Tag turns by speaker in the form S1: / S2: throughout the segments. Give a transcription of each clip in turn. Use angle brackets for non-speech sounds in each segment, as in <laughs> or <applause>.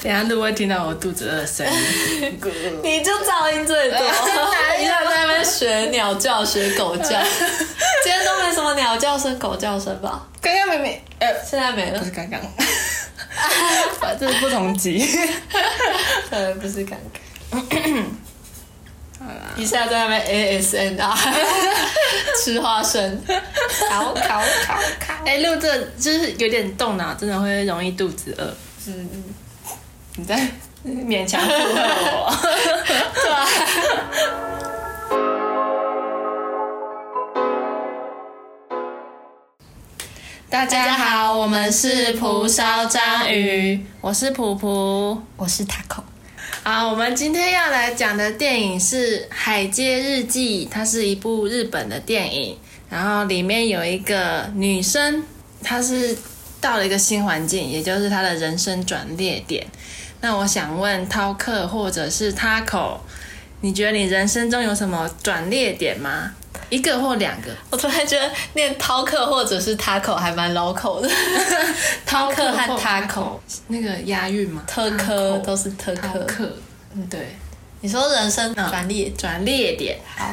S1: 等一下如果听到我肚子饿的声音，咕咕
S2: 你就噪音最多，你想在那边学鸟叫、学狗 <laughs> 叫，今天都没什么鸟叫声、狗叫声吧？
S1: <laughs> 刚刚明明呃
S2: 现在没了
S1: 不是， <laughs> 刚刚，反正不同集。
S2: 呃，不是尴尬。一下在那边 <laughs> ASNR 吃花生，烤烤烤烤。
S1: 哎，录这就是有点动脑，真的会容易肚子饿。
S2: 嗯嗯，
S1: 你在勉强附和 <laughs> 我。
S2: 对啊。
S1: 啊大家好，我们是蒲烧章鱼，我是蒲蒲。
S2: 我是 Taco，
S1: 啊，我们今天要来讲的电影是《海街日记》，它是一部日本的电影，然后里面有一个女生，她是到了一个新环境，也就是她的人生转捩点。那我想问涛克或者是 Taco，你觉得你人生中有什么转捩点吗？一个或两个？
S2: 我突然觉得念饕客或者是 Taco 还蛮 local <laughs> 的，饕客和 Taco、
S1: 那个押韵吗？
S2: 特科都是特
S1: 涛
S2: 科。
S1: 克，对，
S2: 你说人生转捩
S1: 转捩点。
S2: 好，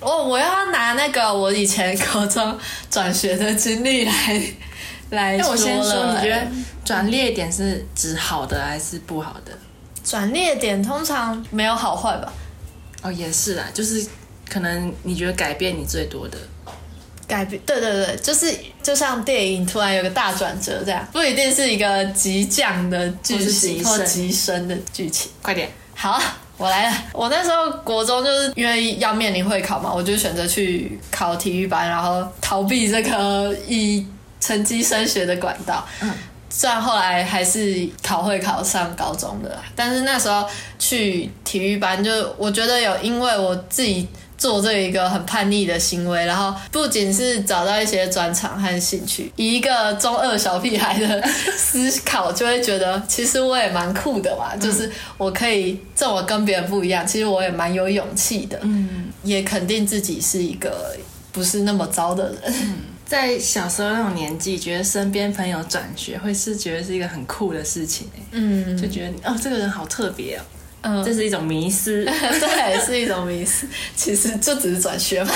S2: 哦我我要拿那个我以前高中转学的经历来来
S1: 那哎
S2: 说
S1: 我先说，
S2: 了、
S1: 你觉得
S2: 哎
S1: 转捩点是指好的还是不好的？
S2: 转捩点通常没有好坏吧？
S1: 哦，也是啦，就是可能你觉得改变你最多的，
S2: 改变，对对对，就是就像电影突然有个大转折这样，不一定是一个急降的剧
S1: 或是
S2: 情
S1: 急
S2: 或
S1: 升
S2: 急升的剧情。
S1: 快点，
S2: 好，我来了。我那时候国中就是因为要面临会考嘛，我就选择去考体育班，然后逃避这个以成绩升学的管道。
S1: 嗯
S2: 虽然后来还是考会考上高中的，但是那时候去体育班，就我觉得有因为我自己做这一个很叛逆的行为，然后不仅是找到一些专长和兴趣，以一个中二小屁孩的思考，就会觉得其实我也蛮酷的
S1: 嗯
S2: 嘛，就是我可以这么跟别人不一样，其实我也蛮有勇气的，
S1: 嗯，
S2: 也肯定自己是一个不是那么糟的人。
S1: <laughs> 在小时候那种年纪，觉得身边朋友转学会是觉得是一个很酷的事情、欸，
S2: 嗯
S1: 就觉得哦，这个人好特别哦，
S2: 嗯
S1: 这是一种迷
S2: <laughs>
S1: 失。
S2: 对，是一种迷思。其实就只是转学嘛。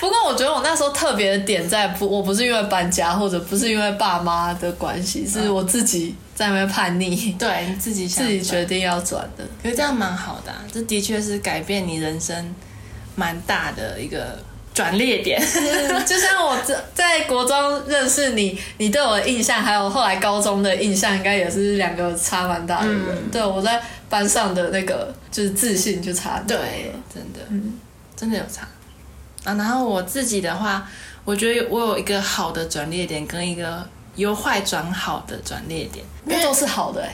S2: 不过我觉得我那时候特别的点在不，我不是因为搬家或者不是因为爸妈的关系，是我自己在那边叛逆，
S1: 对，你自己嗯想
S2: 自己
S1: 转
S2: 决定要转的。
S1: 可是这样蛮好的、啊，这的确是改变你人生蛮大的一个转捩点。
S2: 嗯就像我在在国中认识你，你对我的印象，还有后来高中的印象，应该也是两个差蛮大的人。
S1: 嗯
S2: 对我在班上的那个就是自信就差很多了
S1: 对，真的，真的有差啊。然后我自己的话，我觉得我有一个好的转捩点，跟一个由坏转好的转捩点，
S2: 那都是好的、欸，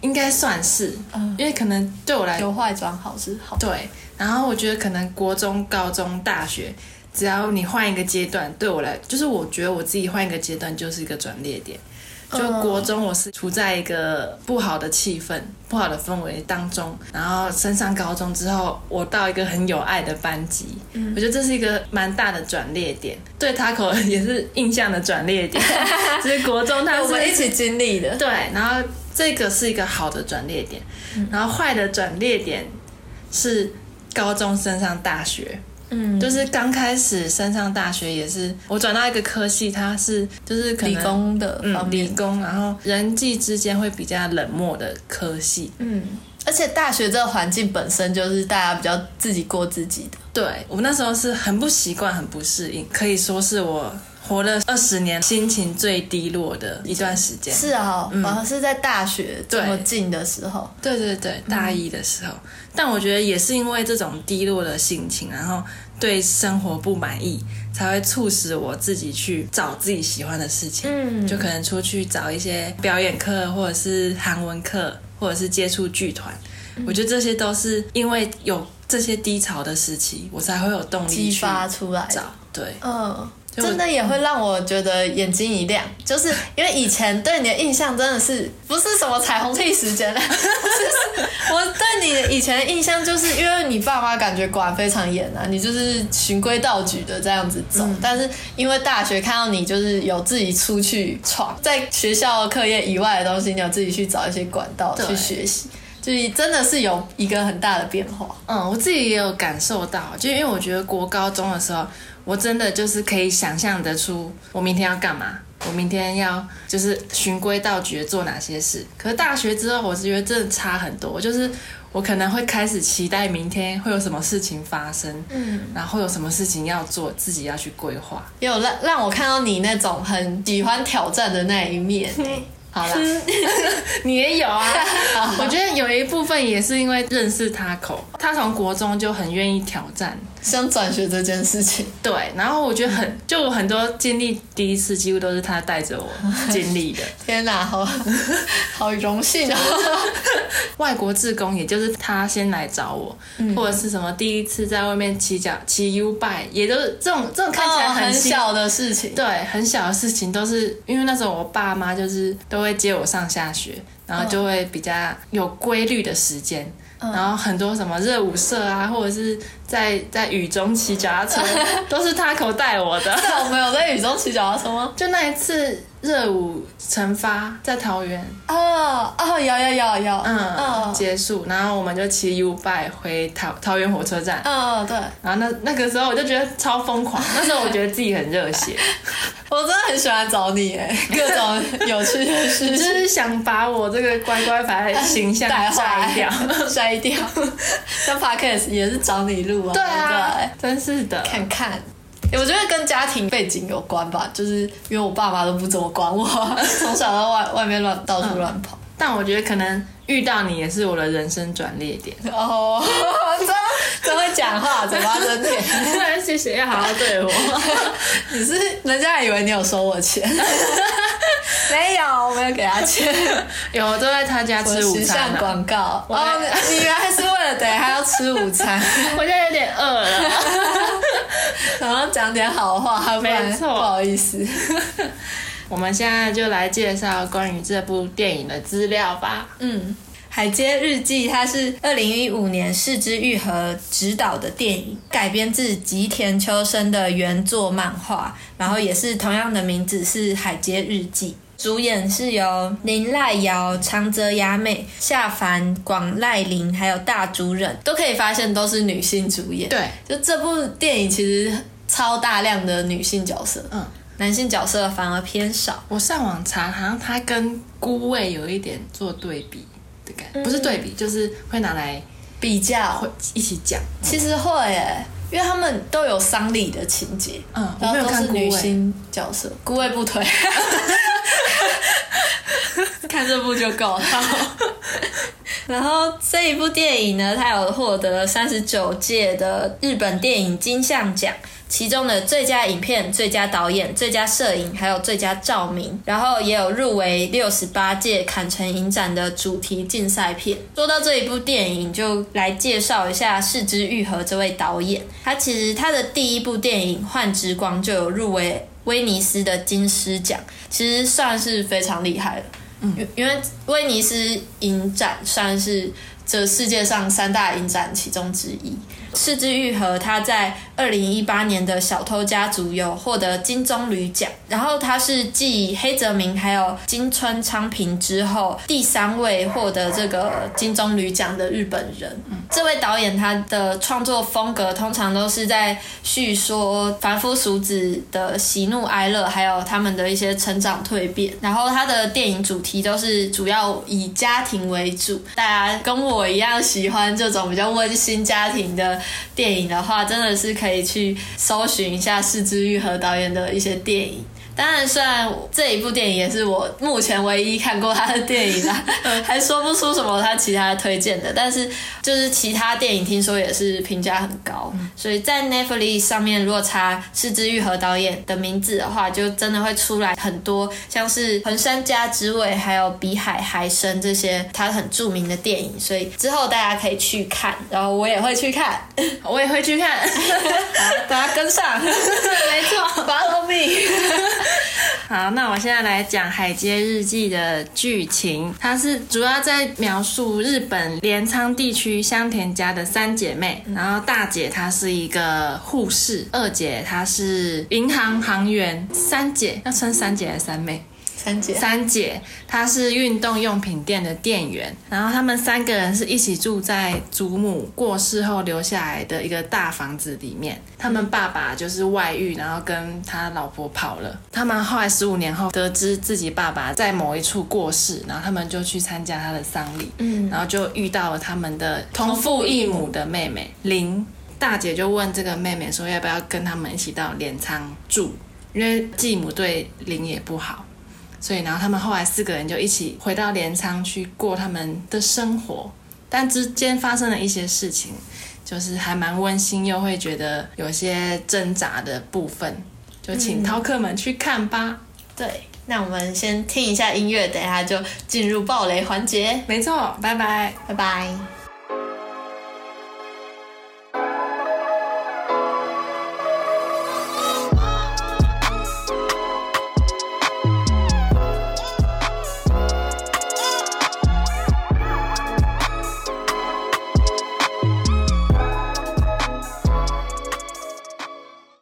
S1: 应该算是，
S2: 嗯
S1: 因为可能对我来
S2: 由坏转好是好的。
S1: 对。然后我觉得可能国中、高中、大学，只要你换一个阶段，对我来，就是我觉得我自己换一个阶段就是一个转捩点。就
S2: 嗯
S1: 国中，我是处在一个不好的气氛、不好的氛围当中，然后升上高中之后，我到一个很有爱的班级，
S2: 嗯
S1: 我觉得这是一个蛮大的转捩点，对 Taco 也是印象的转捩
S2: <laughs>
S1: 点，就是国中他
S2: 我们
S1: 是
S2: 一起经历的。
S1: 对，然后这个是一个好的转捩点，
S2: 嗯
S1: 然后坏的转捩点是高中升上大学，
S2: 嗯，
S1: 就是刚开始升上大学也是我转到一个科系，它是就是可能
S2: 理工的方
S1: 嗯，理
S2: 面。
S1: 工，然后人际之间会比较冷漠的科系。
S2: 嗯，而且大学这个环境本身就是大家比较自己过自己的。
S1: 对我那时候是很不习惯，很不适应，可以说是我活了二十年心情最低落的一段时间。
S2: 是啊、
S1: 嗯
S2: 反而是在大学这么近的时候，
S1: 对对对，大一的时候，但我觉得也是因为这种低落的心情，然后对生活不满意，才会促使我自己去找自己喜欢的事情。
S2: 嗯
S1: 就可能出去找一些表演课，或者是韩文课，或者是接触剧团。
S2: 嗯
S1: 我觉得这些都是因为有这些低潮的时期，我才会有动力
S2: 激
S1: 去
S2: 发出来的
S1: 找。对，
S2: 嗯，
S1: 我
S2: 真的也会让我觉得眼睛一亮，就是因为以前对你的印象真的是不是什么彩虹屁时 <laughs> 间了，啊就是我对你的以前的印象就是因为你爸妈感觉管非常严啊，你就是循规蹈矩的这样子走，
S1: 嗯
S2: 但是因为大学看到你就是有自己出去闯，在学校课业以外的东西，你有自己去找一些管道
S1: 对
S2: 去学习，就是真的是有一个很大的变化。
S1: 嗯，我自己也有感受到，就因为我觉得国高中的时候，我真的就是可以想象得出我明天要干嘛，我明天要就是循规蹈矩地做哪些事。可是大学之后，我是觉得真的差很多，就是我可能会开始期待明天会有什么事情发生，嗯，然后有什么事情要做，自己要去规划。
S2: 也有让让我看到你那种很喜欢挑战的那一面、欸。好啦，
S1: 你也有啊，我觉得有一部分也是因为认识他口，他从国中就很愿意挑战。
S2: 像转学这件事情，
S1: 对，然后我觉得
S2: <laughs>
S1: 很，就我很多经历，第一次几乎都是他带着我经历的。
S2: 天哪， <laughs> 好好荣幸 <laughs> 哦！
S1: 外国志工，也就是他先来找我，
S2: 嗯
S1: 或者是什么第一次在外面骑脚骑 U bike，也都是这种这种看起来
S2: 哦很
S1: 新。
S2: 小的事情，
S1: 对，很小的事情都是因为那时候我爸妈就是都会接我上下学，然后就会比较有规律的时间，
S2: 嗯
S1: 然后很多什么热舞社啊，或者是在在雨中骑脚
S2: <laughs>
S1: 踏车，都是他口带我的。
S2: 对，我们哦有在雨中骑脚踏车吗？
S1: 就那一次热舞惩罚在桃园，
S2: 哦哦，有有有有，
S1: 嗯，
S2: 嗯
S1: 结束，然后我们就骑 U bike 回桃桃园火车站。
S2: 嗯，对，
S1: 然后那那个时候我就觉得超疯狂， <laughs> 那时候我觉得自己很热血，
S2: 我真的很喜欢找你哎，各种有趣的事
S1: <laughs> 就
S2: <laughs> 情
S1: 是想把我这个乖乖牌的形象
S2: 带坏
S1: 摘
S2: <laughs>
S1: 掉。，
S2: 摘掉。像 podcast 也是找你录
S1: <laughs>
S2: 啊，
S1: 对啊
S2: 对，
S1: 真是的。
S2: 看看。欸我觉得跟家庭背景有关吧，就是因为我爸妈都不怎么管我，啊从小到外外面乱到处乱跑。
S1: 但我觉得可能遇到你也是我的人生转捩 <laughs> 点。
S2: <laughs> 哦，真真会讲话，嘴巴真甜。 <laughs>
S1: 谢谢，要好好对我。
S2: 你是人家还以为你有收我钱， <laughs> 没有，我没有给他钱。
S1: <laughs> 有，我都在他家
S2: 我
S1: 吃
S2: 的
S1: 午
S2: 形
S1: 餐啊
S2: 象
S1: 了。
S2: 广告
S1: 我
S2: 哦，你你原来是为了等一下要吃午餐，
S1: <laughs>
S2: <laughs>
S1: 我现在有点饿了。
S2: 然后讲点好话，不然
S1: 没
S2: 不
S1: 错
S2: 好意思。
S1: 我们现在就来介绍关于这部电影的资料吧。
S2: 嗯，《海街日记》它是二零一五年市之愈合执导的电影，改编自吉田秋生的原作漫画，然后也是同样的名字是《海街日记》。主演是由林濑遥、长泽雅美、夏凡、广濑铃，还有大竹忍，都可以发现都是女性主演。
S1: 对，
S2: 就这部电影其实超大量的女性角色，
S1: 嗯，
S2: 男性角色反而偏少。
S1: 我上网查，好像它跟孤味有一点做对比的感
S2: 嗯
S1: 觉，不是对比，就是会拿来
S2: 比较
S1: 会一起讲。 <laughs>
S2: 其实会诶，因为他们都有丧礼的情节，
S1: 嗯
S2: 然
S1: 我没
S2: 后
S1: 有
S2: 都
S1: 看
S2: 是
S1: 孤味
S2: 女星角色，孤味
S1: <laughs>
S2: 不推， <laughs> 看这部就够了。然后这一部电影呢，它有获得三十九届的日本电影金像奖，其中的最佳影片、最佳导演、最佳摄影，还有最佳照明，然后也有入围六十八届坎城影展的主题竞赛片。说到这一部电影，就来介绍一下市之愈合这位导演，他其实他的第一部电影《幻之光》就有入围威尼斯的金狮奖，其实算是非常厉害了。因因为威尼斯影展算是这世界上三大影展其中之一。四之愈合，他在二零一八年的《小偷家族》有获得金棕榈奖，然后他是继黑泽明还有金村昌平之后第三位获得这个金棕榈奖的日本人。这位导演他的创作风格通常都是在叙说凡夫俗子的喜怒哀乐，还有他们的一些成长蜕变。然后他的电影主题都是主要以家庭为主。大家跟我一样喜欢这种比较温馨家庭的电影的话，真的是可以去搜寻一下四之愈和导演的一些电影。当然，虽然这一部电影也是我目前唯一看过他的电影啦， <laughs> 还说不出什么他其他推荐的，但是就是其他电影听说也是评价很高，所以在 Netflix 上面如果查是枝裕和导演的名字的话，就真的会出来很多像是《横山家之味》还有《比海还深》这些他很著名的电影，所以之后大家可以去看，然后我也会去看， <laughs>
S1: 我也会去看。
S2: 大家跟上
S1: 没
S2: <laughs>
S1: 错。
S2: ，Follow me。
S1: <laughs> 好，那我现在来讲《海街日记》的剧情，它是主要在描述日本镰仓地区香田家的三姐妹，
S2: 嗯
S1: 然后大姐她是一个护士，二姐她是银行行员，三姐要称三姐还是三妹？
S2: 三姐，
S1: 三姐，她是运动用品店的店员，然后他们三个人是一起住在祖母过世后留下来的一个大房子里面。他们爸爸就是外遇，然后跟他老婆跑了。他们后来十五年后得知自己爸爸在某一处过世，然后他们就去参加他的丧礼，嗯，然后就遇到了他们的同父异母的妹妹林。大姐就问这个妹妹说，要不要跟他们一起到镰仓住？因为继母对林也不好，所以然后他们后来四个人就一起回到镰仓去过他们的生活，但之间发生了一些事情，就是还蛮温馨，又会觉得有些挣扎的部分，就请饕客们去看吧。
S2: 对，那我们先听一下音乐，等一下就进入暴雷环节，
S1: 没错，拜拜。
S2: 拜拜。
S1: <laughs>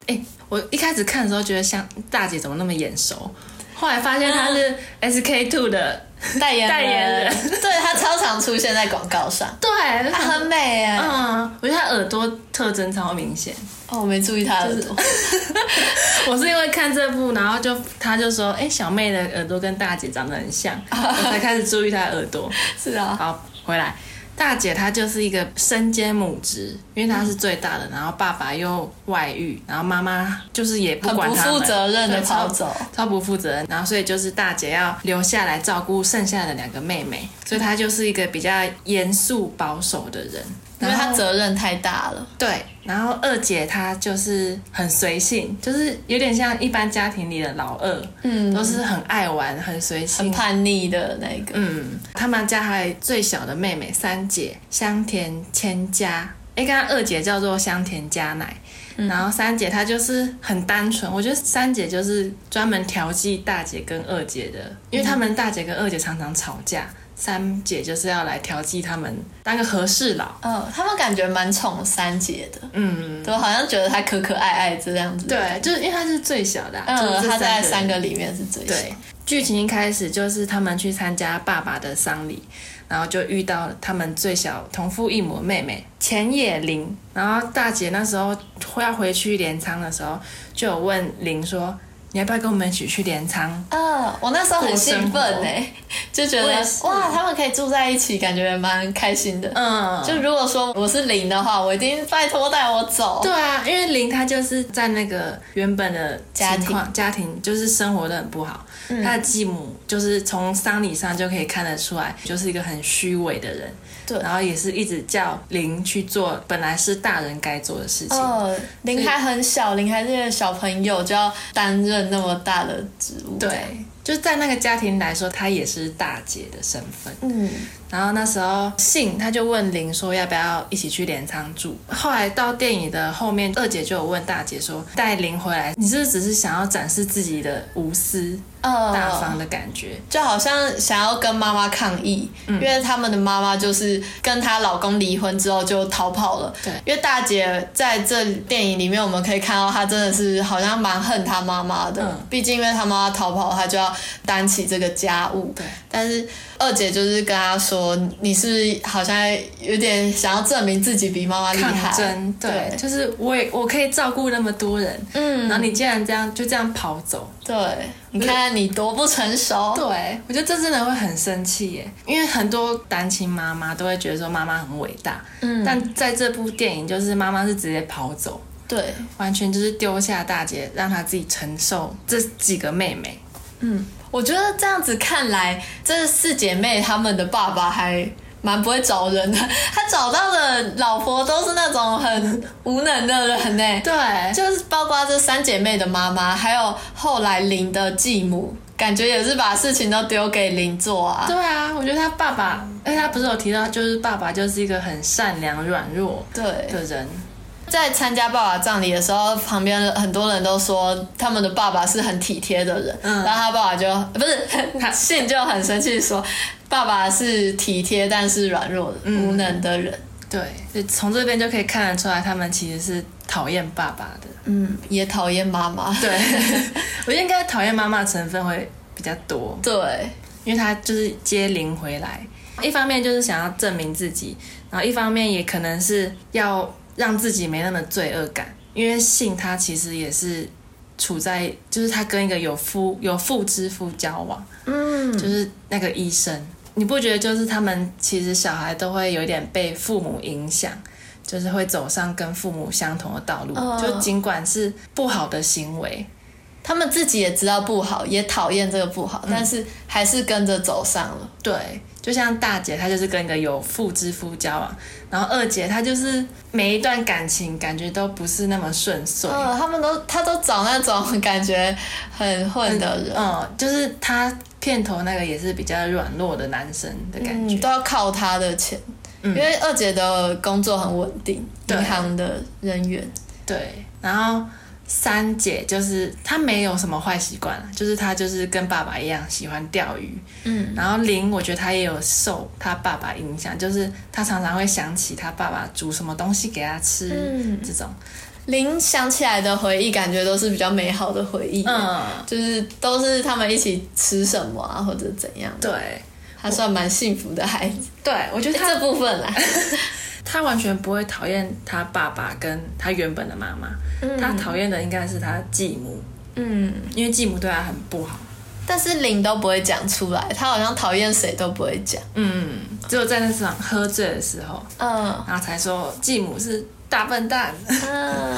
S1: 哎、我一开始看的时候觉得像大姐怎么那么眼熟，后来发现她是 SK two 的，
S2: 代言人，
S1: 代言人
S2: <laughs> 对他超常出现在广告上，
S1: 对，我就
S2: 他
S1: 想
S2: 很美哎、
S1: 嗯，我觉得她耳朵特征超明显。
S2: 哦，我没注意他耳朵，
S1: 我是因为看这部，然后就他就说，哎、小妹的耳朵跟大姐长得很 <laughs> 像，我才开始注意她耳朵。
S2: 是啊，
S1: 好，回来，大姐她就是一个身兼母职，因为她是最大的，然后爸爸又外遇，然后妈妈就是也不
S2: 很
S1: 管
S2: 不
S1: 她们
S2: 负责任的
S1: 对超
S2: 跑走，
S1: 超不负责任，然后所以就是大姐要留下来照顾剩下的两个妹妹，所以她就是一个比较严肃保守的人，
S2: 因为
S1: 然后
S2: 他责任太大了，
S1: 对，然后二姐她就是很随性，就是有点像一般家庭里的老二，
S2: 嗯，
S1: 都是很爱玩、很随
S2: 很
S1: 性。
S2: 叛逆的那个，
S1: 嗯，他们家还有最小的妹妹三姐香田千佳，哎，刚刚二姐叫做香田佳乃，
S2: 嗯
S1: 然后三姐她就是很单纯，我觉得三姐就是专门调剂大姐跟二姐的，因为他们大姐跟二姐常常吵架，三姐就是要来调剂他们，当个和事佬。
S2: 嗯、他们感觉蛮宠三姐的，
S1: 嗯，
S2: 都好像觉得他可可爱爱这样子，，
S1: 对，就是因为她是最小的啊、就是
S2: 嗯，
S1: 这
S2: 他在
S1: 人
S2: 三个里面是最小，
S1: 对，剧情一开始就是他们去参加爸爸的丧礼，然后就遇到他们最小同父异母的妹妹钱野绫。然后大姐那时候要回去镰仓的时候，就有问绫说：“你要不要跟我们一起去镰仓
S2: 嗯，我那时候很兴奋
S1: 过生活
S2: 哎、 <laughs> 就觉得
S1: 我也是
S2: 哇，他们可以住在一起，感觉蛮开心的。？”
S1: 嗯，
S2: 就如果说我是零的话，我一定拜托带我走。
S1: 对啊，因为林她就是在那个原本的
S2: 家庭
S1: 情况家庭嗯就是生活的很不好，她的继母就是从丧礼上就可以看得出来，就是一个很虚伪的人。
S2: 对
S1: 然后也是一直叫林去做本来是大人该做的事情。
S2: 呃，
S1: 所
S2: 林
S1: 以
S2: 还很小，林还是个小朋友，就要担任那么大的职务。
S1: 对，就在那个家庭来说，她也是大姐的身份。
S2: 嗯，
S1: 然后那时候信他就问林说要不要一起去镰仓住。后来到电影的后面，二姐就有问大姐说带林回来，你是不是只是想要展示自己的无私
S2: 呃，
S1: 大方的感觉？
S2: 就好像想要跟妈妈抗议，
S1: 嗯
S2: 因为他们的妈妈就是跟她老公离婚之后就逃跑了。
S1: 对
S2: 因为大姐在这电影里面，我们可以看到她真的是好像蛮恨她妈妈的，
S1: 嗯
S2: 毕竟因为她妈妈逃跑，她就要担起这个家务。
S1: 对，
S2: 但是二姐就是跟她说，你是不是好像有点想要证明自己比妈妈厉害？
S1: 抗争，对，
S2: 对
S1: 就是我也我可以照顾那么多人，
S2: 嗯，
S1: 然后你竟然这样就这样跑走，
S2: 对，你看你多不成熟。
S1: 对，我觉得这真的会很生气耶，因为很多单亲妈妈都会觉得说妈妈很伟大，嗯，但在这部电影就是妈妈是直接跑走，
S2: 对，
S1: 完全就是丢下大姐，让她自己承受这几个妹妹。
S2: 我觉得这样子看来，这四姐妹她们的爸爸还蛮不会找人的，他找到的老婆都是那种很无能的人呢、 <laughs>
S1: 对，
S2: 就是包括这三姐妹的妈妈，还有后来林的继母，感觉也是把事情都丢给林做啊。
S1: 对啊，我觉得她爸爸，哎，她不是有提到，就是爸爸就是一个很善良、软弱
S2: 对，
S1: 的人。
S2: 在参加爸爸葬礼的时候，旁边很多人都说他们的爸爸是很体贴的人，
S1: 嗯
S2: 然后他爸爸就不 <laughs> 是信就很生气说，爸爸是体贴但是软弱的、无能的人，
S1: 对，就从这边就可以看得出来，他们其实是讨厌爸爸的。
S2: 嗯，也讨厌妈妈，
S1: 对， <laughs> 我觉得应该讨厌妈妈的成分会比较多，
S2: <laughs> 对
S1: 因为她就是接灵回来，一方面就是想要证明自己，然后一方面也可能是要让自己没那么罪恶感，因为信她其实也是处在，就是她跟一个有夫有妇之夫交往，嗯，就是那个医生，你不觉得就是他们其实小孩都会有点被父母影响。就是会走上跟父母相同的道路，
S2: 哦
S1: 就尽管是不好的行为，
S2: 他们自己也知道不好，也讨厌这个不好，但是还是跟着走上了。
S1: 对，就像大姐她就是跟一个有妇之夫交往，然后二姐她就是每一段感情感觉都不是那么顺遂，
S2: 嗯，他们都他都找那种感觉很混的人，
S1: 嗯，就是她片头那个也是比较软弱的男生的感觉，
S2: 嗯，都要靠他的钱，
S1: 嗯
S2: 因为二姐的工作很稳定，
S1: 对
S2: 银行的人员。
S1: 对，然后。三姐就是她没有什么坏习惯啊，就是她就是跟爸爸一样喜欢钓鱼，
S2: 嗯，
S1: 然后林我觉得她也有受她爸爸影响，就是她常常会想起她爸爸煮什么东西给她吃，
S2: 嗯
S1: 这种，
S2: 林想起来的回忆，感觉都是比较美好的回忆，，
S1: 嗯，
S2: 就是都是他们一起吃什么啊，或者怎样，
S1: 对，
S2: 还算蛮幸福的孩子。
S1: 对我觉得她
S2: 这部分啊啦，
S1: 哎他完全不会讨厌他爸爸跟他原本的妈妈，他讨厌的应该是他继母，
S2: 嗯，
S1: 因为继母对他很不好。
S2: 但是林都不会讲出来，他好像讨厌谁都不会讲，
S1: 嗯，只有在那场喝醉的时候，
S2: 嗯
S1: 然后才说继母是大笨蛋 <laughs>
S2: 嗯，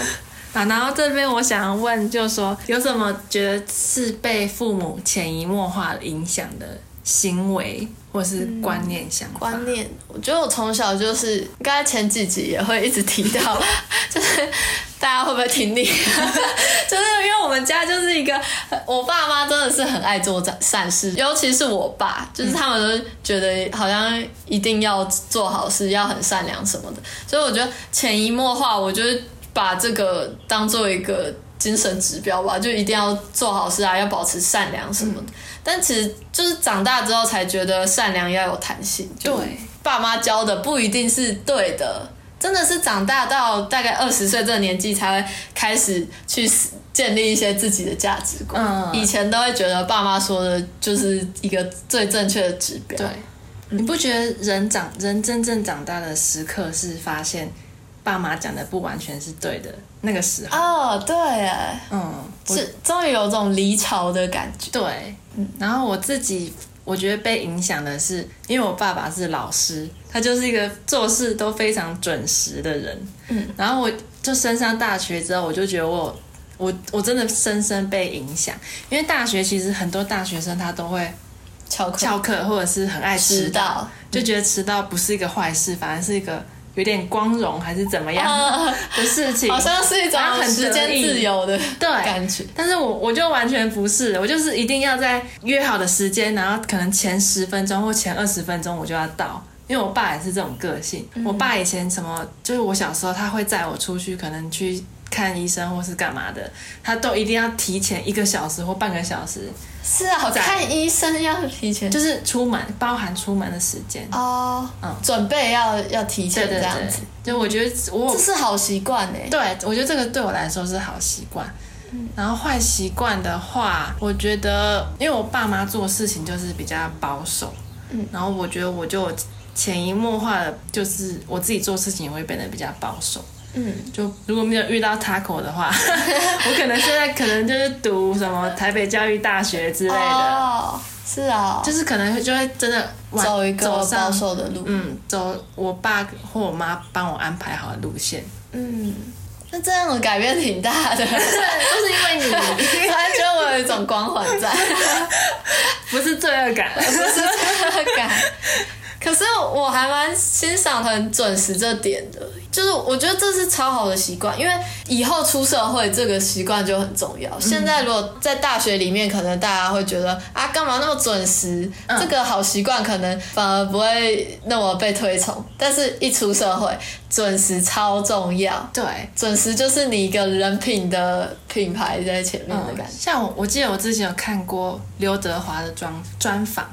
S1: 啊。然后这边我想要问，就是说有什么觉得是被父母潜移默化影响的行为或是嗯观念想法？
S2: 观念，我觉得我从小就是，应该前几集也会一直提到， <laughs> 就是大家会不会听腻？ <laughs> 就是因为我们家就是一个，我爸妈真的是很爱做善善事，尤其是我爸，就是他们都觉得好像一定要做好事，要很善良什么的，所以我觉得潜移默化，我就是把这个当做一个精神指标吧，就一定要做好事啊，要保持善良什么的。但其实就是长大之后才觉得善良要有弹性，就
S1: 对
S2: 爸妈教的不一定是对的，真的是长大到大概二十岁这个年纪才会开始去建立一些自己的价值观。
S1: 嗯
S2: 以前都会觉得爸妈说的就是一个最正确的指标。
S1: 对，你不觉得人长人真正长大的时刻是发现爸妈讲的不完全是对的那个时候？
S2: 哦，对耶，
S1: 嗯，我
S2: 是终于有种离巢的感觉。
S1: 对。然后我自己我觉得被影响的是，因为我爸爸是老师，他就是一个做事都非常准时的人。嗯，然后我就升上大学之后，我就觉得我。我我真的深深被影响，因为大学其实很多大学生他都会
S2: 巧克
S1: 翘课或者是很爱迟
S2: 迟
S1: 到，
S2: 到，
S1: 就觉得迟到不是一个坏事，反而是一个有点光荣还是怎么样
S2: 啊，
S1: 的事情。
S2: <laughs> 好像是一种
S1: 然后很
S2: 时间
S1: 得意
S2: 自由的
S1: 对
S2: 感觉。
S1: 但是我我就完全不是，我就是一定要在约好的时间，然后可能前十分钟或前二十分钟我就要到，因为我爸也是这种个性。
S2: 嗯
S1: 我爸以前什么，就是我小时候他会载我出去，可能去看医生或是干嘛的，他都一定要提前一个小时或半个小时，
S2: 是啊，
S1: 在
S2: 看医生要提前
S1: 就是出门包含出门的时间。
S2: 哦，
S1: 嗯
S2: 准备要要提前
S1: 对
S2: 这
S1: 对
S2: 样
S1: 对
S2: 子，，
S1: 就我觉得我有
S2: 这是好习惯哎。
S1: 对，我觉得这个对我来说是好习惯。然后坏习惯的话，我觉得因为我爸妈做事情就是比较保守，嗯，然后我觉得我就潜移默化的，就是我自己做事情也会变得比较保守。
S2: 嗯，
S1: 就如果没有遇到 Taco 的话， <laughs> 我可能现在可能就是读什么台北教育大学之类的，
S2: 哦，是啊，
S1: 就是可能就会真的往
S2: 走一个
S1: 走
S2: 保
S1: 上，嗯
S2: 守的路。
S1: 嗯，走我爸或我妈帮我安排好的路线。
S2: 嗯，那这样我改变挺大 <laughs> 的，
S1: 就是因为你
S2: 突然觉得我有一种光环在，
S1: <laughs> 不是罪恶感，
S2: 不是罪恶 <laughs> 感。可是我还蛮欣赏很准时这点的，就是我觉得这是超好的习惯，因为以后出社会这个习惯就很重要。
S1: 嗯
S2: 现在如果在大学里面，可能大家会觉得啊，干嘛那么准时？
S1: 嗯
S2: 这个好习惯可能反而不会那么被推崇，但是一出社会，准时超重要。
S1: 对。
S2: 准时就是你一个人品的品牌在前面的感觉。
S1: 像我，我记得我之前有看过刘德华的专专访，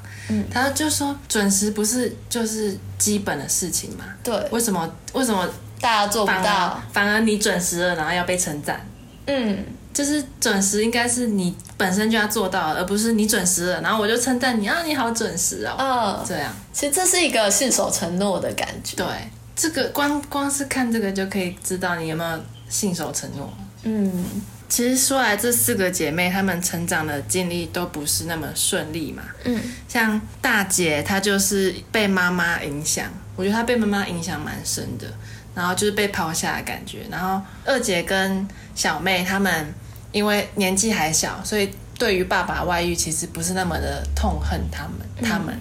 S1: 他就说准时不是就是基本的事情吗？
S2: 对，
S1: 为什么为什么
S2: 大家做
S1: 嗯
S2: 不
S1: 反而
S2: 到。
S1: 反而你准时了，然后要被称赞？
S2: 嗯，
S1: 就是准时应该是你本身就要做到，而不是你准时了，然后我就称赞你啊，你好准时哦，
S2: 嗯，
S1: 这样
S2: 其实这是一个信守承诺的感觉。
S1: 对。这个光光是看这个就可以知道你有没有信守承诺。
S2: 嗯，
S1: 其实说来，这四个姐妹她们成长的经历都不是那么顺利嘛。
S2: 嗯，
S1: 像大姐她就是被妈妈影响，我觉得她被妈妈影响蛮深的，然后就是被抛下的感觉。然后二姐跟小妹她们因为年纪还小，所以对于爸爸外遇其实不是那么的痛恨他们，他们。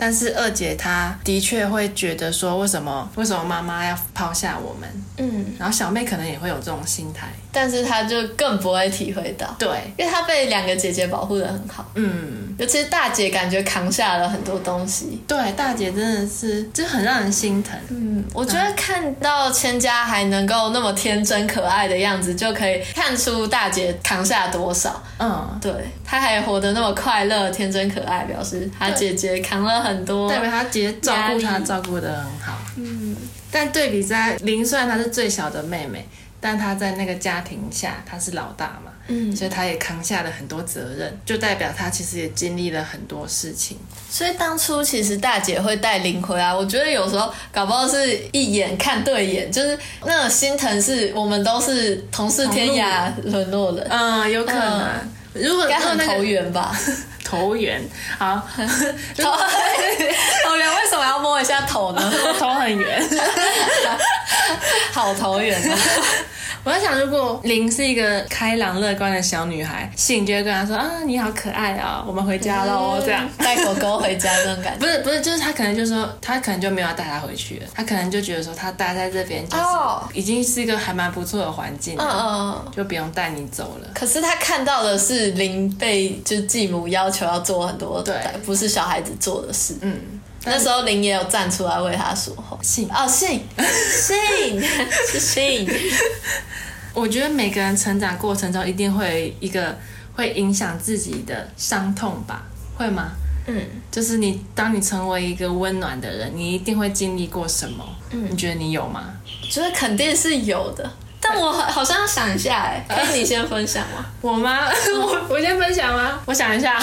S1: 但是二姐她的确会觉得说，为什么为什么妈妈要抛下我们？
S2: 嗯，
S1: 然后小妹可能也会有这种心态，
S2: 但是他就更不会体会到，
S1: 对。
S2: 因为他被两个姐姐保护的很好，
S1: 嗯，
S2: 尤其是大姐感觉扛下了很多东西。
S1: 对，大姐真的是，就很让人心疼。
S2: 嗯，我觉得看到千家还能够那么天真可爱的样子，就可以看出大姐扛下多少。
S1: 嗯，
S2: 对，她还活得那么快乐、天真可爱，表示她姐姐扛了很多
S1: 代。表她姐照顾她
S2: 压力
S1: 照顾得很好。嗯，但对比在林，虽然她是最小的妹妹，但她在那个家庭下她是老大嘛，
S2: 嗯，
S1: 所以她也扛下了很多责任，就代表她其实也经历了很多事情。
S2: 所以当初其实大姐会带林回来，我觉得有时候搞不好是一眼看对眼，就是那种心疼是我们都是同是天涯沦落人，
S1: 嗯，有可能。如果
S2: 应该
S1: 如果
S2: 很
S1: 那
S2: 投
S1: 个
S2: 缘吧？
S1: 投缘，好， <laughs>
S2: 投投缘为什么要摸一下头呢？
S1: 投很远。
S2: 好投缘 <laughs> 啊！
S1: <laughs> 我在想，如果林是一个开朗乐观的小女孩，信就会跟她说：“啊，你好可爱啊、我们回家喽。”这样。
S2: 带狗狗回家这种感觉。
S1: 不是不是，就是她可能就说，她可能就没有要带她回去了，她可能就觉得说，她待在这边就是
S2: 哦
S1: 已经是一个还蛮不错的环境
S2: 嗯
S1: 了，
S2: 嗯，嗯
S1: 就不用带你走了。
S2: 可是他看到的是林被就是继母要求要做很多
S1: 对
S2: 不是小孩子做的事。
S1: 嗯，
S2: 那时候林也有站出来为他说话，
S1: 信 <laughs>
S2: 哦信信 <laughs> 是信，
S1: 我觉得每个人成长过程中一定会有一个会影响自己的伤痛吧，会吗？
S2: 嗯，
S1: 就是你当你成为一个温暖的人，你一定会经历过什么？嗯，你觉得你有吗？
S2: 觉得肯定是有的。但我好好像要想一下哎，可以你先分享吗？
S1: 我 <laughs> 吗？我我先分享吗？我想一 <laughs> 下，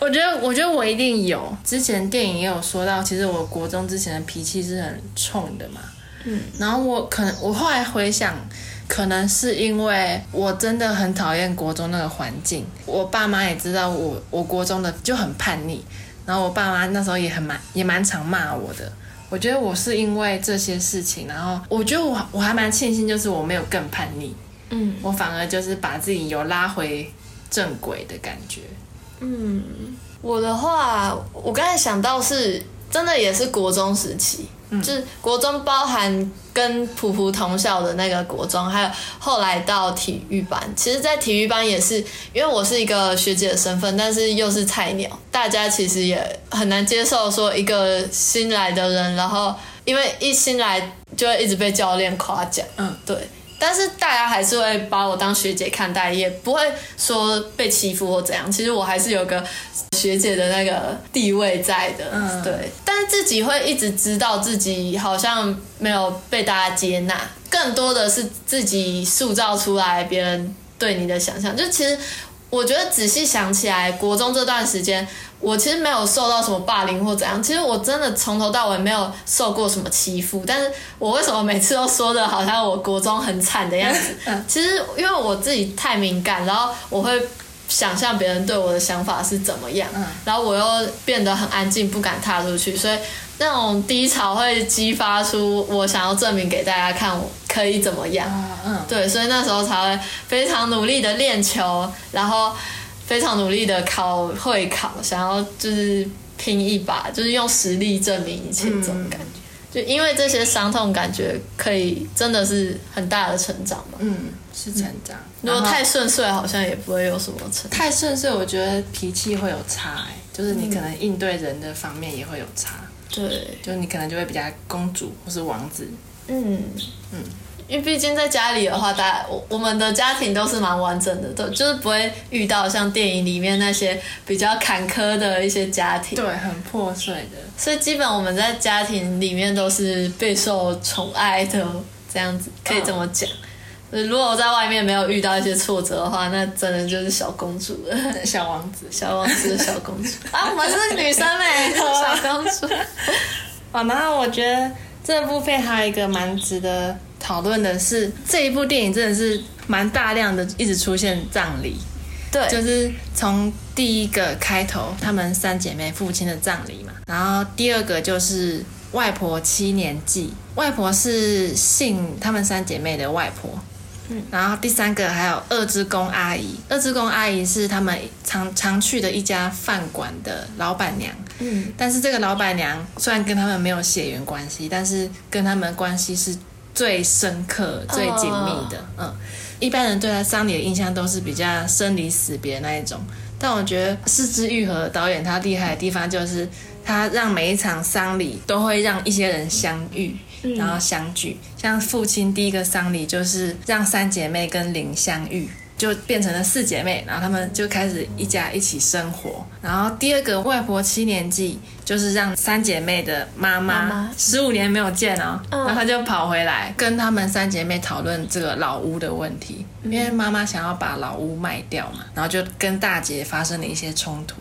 S1: 我觉得我觉得我一定有。之前电影也有说到，其实我国中之前的脾气是很冲的嘛。嗯，然后我可能我后来回想，可能是因为我真的很讨厌国中那个环境，我爸妈也知道我我国中的就很叛逆，然后我爸妈那时候也很蛮也蛮常骂我的。我觉得我是因为这些事情，然后我觉得我我还蛮庆幸，就是我没有更叛逆。
S2: 嗯
S1: 我反而就是把自己有拉回正轨的感觉。
S2: 我的话，我刚才想到是真的也是国中时期，就是国中包含跟普普同校的那个国中，还有后来到体育班。其实，在体育班也是，因为我是一个学姐的身份，但是又是菜鸟，大家其实也很难接受说一个新来的人，然后因为一新来就会一直被教练夸奖，
S1: 嗯，
S2: 对。但是大家还是会把我当学姐看待，也不会说被欺负或怎样。其实我还是有个学姐的那个地位在的，
S1: 嗯
S2: 对。但是自己会一直知道自己好像没有被大家接纳，更多的是自己塑造出来别人对你的想象。就其实我觉得仔细想起来，国中这段时间，我其实没有受到什么霸凌或怎样。其实我真的从头到尾没有受过什么欺负，但是我为什么每次都说的好像我国中很惨的样子？其实因为我自己太敏感，然后我会。想象
S1: 嗯
S2: 别人对我的想法是怎么样，然后我又变得很安静，不敢踏出去，所以那种低潮会激发出我想要证明给大家看我可以怎么样。
S1: 啊嗯，
S2: 对，所以那时候才会非常努力的练球，然后非常努力的考会考，想要就是拼一把，就是用实力证明一切这种感觉。
S1: 嗯
S2: 就因为这些伤痛，感觉可以真的是很大的成长嘛。
S1: 嗯，是成长。
S2: 如果
S1: 然后
S2: 太顺遂，好像也不会有什么成
S1: 嗯
S2: 长。
S1: 太顺遂，我觉得脾气会有差、欸，就是你可能应对人的方面也会有差，
S2: 对，
S1: 就是你可能就会比较公主或是王子。
S2: 嗯嗯，因为毕竟在家里的话，大家我我们的家庭都是蛮完整的，都就是不会遇到像电影里面那些比较坎坷的一些家庭。
S1: 对，很破碎的。 <laughs>
S2: 所以基本我们在家庭里面都是备受宠爱的，这样子可以这么讲。如果我在外面没有遇到一些挫折的话，那真的就是小公主了，
S1: 小王子
S2: 小王子、小公主啊，我们是女生哎、小公主。
S1: 哦，然后我觉得这部片还有一个蛮值得讨论的是，这一部电影真的是蛮大量的一直出现葬礼，
S2: 对，
S1: 就是从第一个开头，她们三姐妹父亲的葬礼嘛，然后第二个就是外婆七年祭，外婆是信她们三姐妹的外婆。嗯，然后第三个还有二之宫阿姨，二之宫阿姨是她们常常去的一家饭馆的老板娘。
S2: 嗯，
S1: 但是这个老板娘虽然跟他们没有血缘关系，但是跟他们关系是最深刻、最紧密的。嗯，一般人对她丧礼的印象都是比较生离死别那一种，但我觉得四肢愈合导演他厉害的地方就是他让每一场丧礼都会让一些人相遇。然后相聚，像父亲第一个丧礼就是让三姐妹跟林相遇，就变成了四姐妹，然后她们就开始一家一起生活。然后第二个外婆七年级就是让三姐妹的妈
S2: 妈妈
S1: 妈十五年没有见哦，然后她就跑回来跟她们三姐妹讨论这个老屋的问题，因为妈妈想要把老屋卖掉嘛，然后就跟大姐发生了一些冲突。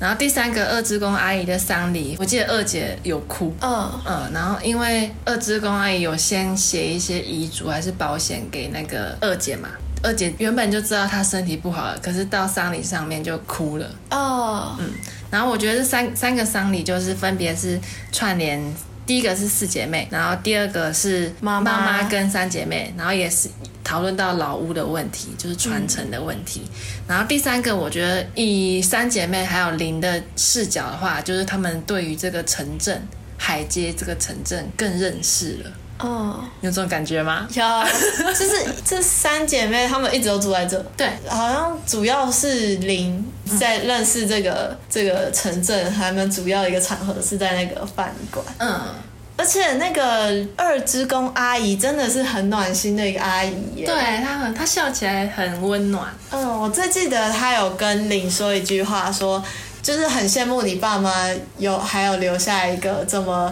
S1: 然后第三个二职工阿姨的丧礼，我记得二姐有哭，
S2: 嗯，
S1: 嗯，然后因为二职工阿姨有先写一些遗嘱还是保险给那个二姐嘛，二姐原本就知道她身体不好了，可是到丧礼上面就哭了。
S2: 哦，
S1: 然后我觉得这三三个丧礼就是分别是串联，第一个是四姐妹，然后第二个是
S2: 妈妈
S1: 妈妈跟三姐妹，然后也是讨论到老屋的问题，就是传承的问题。然后第三个，我觉得以三姐妹还有林的视角的话，就是他们对于这个城镇海街这个城镇更认识了，
S2: 哦，
S1: 你有这种感觉吗？
S2: 有，就是这三姐妹她们一直都住在这，
S1: 对，
S2: 好像主要是林在认识这个、这个城镇，他们主要一个场合是在那个饭馆，
S1: 嗯，
S2: 而且那个二职工阿姨真的是很暖心的一个阿姨耶。
S1: 对，她很她笑起来很温暖，
S2: 嗯，我最记得她有跟林说一句话说就是很羡慕你爸妈有还有留下一个这么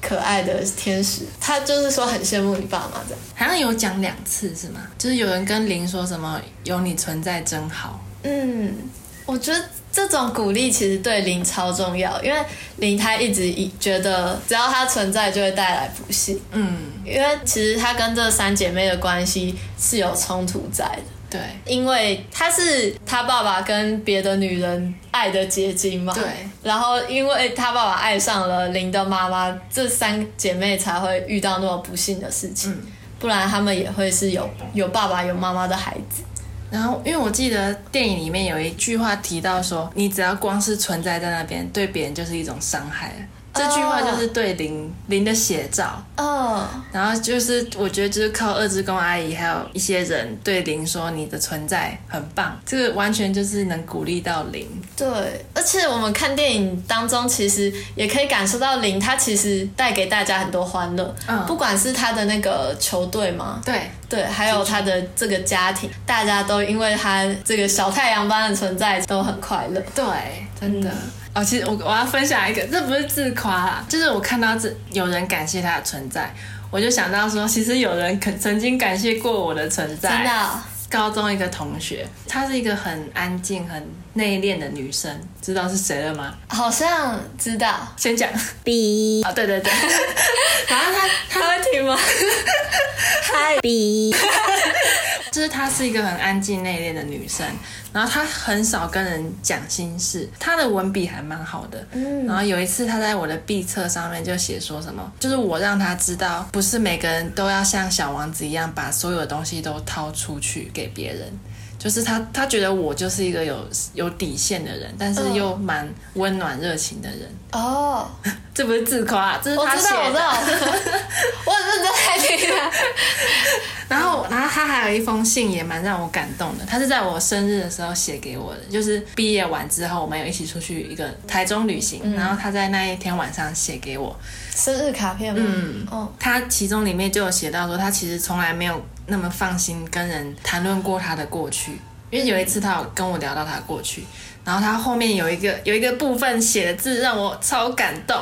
S2: 可爱的天使，她就是说很羡慕你爸妈这样。
S1: 好像有讲两次是吗？就是有人跟林说什么“有你存在真好
S2: 嗯，我觉得这种鼓励其实对林超重要，因为林他一直以觉得只要他存在就会带来不幸，”。
S1: 嗯，
S2: 因为其实他跟这三姐妹的关系是有冲突在的。
S1: 对
S2: 因为她是她爸爸跟别的女人爱的结晶嘛。
S1: 对。
S2: 然后，因为她爸爸爱上了林的妈妈，这三姐妹才会遇到那么不幸的事情。不然她们也会是有有爸爸有妈妈的孩子。
S1: 然后，因为我记得电影里面有一句话提到说，你只要光是存在在那边，对别人就是一种伤害。这句话就是对林林的写照。
S2: 哦，
S1: 然后就是我觉得就是靠二职工阿姨还有一些人对林说你的存在很棒，这个完全就是能鼓励到林。
S2: 对，而且我们看电影当中，其实也可以感受到林，他其实带给大家很多欢乐，
S1: 嗯
S2: 不管是他的那个球队嘛，
S1: 对，
S2: 对，还有他的这个家庭，大家都因为他这个小太阳般的存在都很快乐。
S1: 对，真的。
S2: 嗯
S1: 哦，其实我我要分享一个，这不是自夸啦，就是我看到这有人感谢他的存在，我就想到说，其实有人肯曾经感谢过我的存
S2: 真的
S1: 在。
S2: 哦、
S1: 高中一个同学，她是一个很安静、很内敛的女生，知道是谁了吗？
S2: 好像知道，啊
S1: 先讲 <laughs> B 啊、对对对，然后她
S2: 他会听吗？
S1: B，就是她是一个很安静内敛的女生，然后她很少跟人讲心事，她的文笔还蛮好的。
S2: 嗯
S1: 然后有一次她在我的壁册上面就写说什么，就是我让她知道，不是每个人都要像小王子一样把所有的东西都掏出去给别人。就是她，她觉得我就是一个有有底线的人，但是又
S2: 嗯
S1: 蛮温暖热情的人。
S2: 哦，
S1: 这不是自夸，这是
S2: 我
S1: 她
S2: 知
S1: 写
S2: 道，我知
S1: 的。
S2: 道， <laughs> 我很认真在听啊。
S1: 然后，然后他还有一封信也蛮让我感动的，他是在我生日的时候写给我的，就是毕业完之后，我们有一起出去一个台中旅行，然后他在那一天晚上写给我，
S2: 生日卡片吗？嗯，哦，
S1: 他其中里面就有写到说，他其实从来没有那么放心跟人谈论过他的过去，因为有一次他有跟我聊到他的过去，然后他后面有一个 <laughs> 有一个部分写的字让我超感动，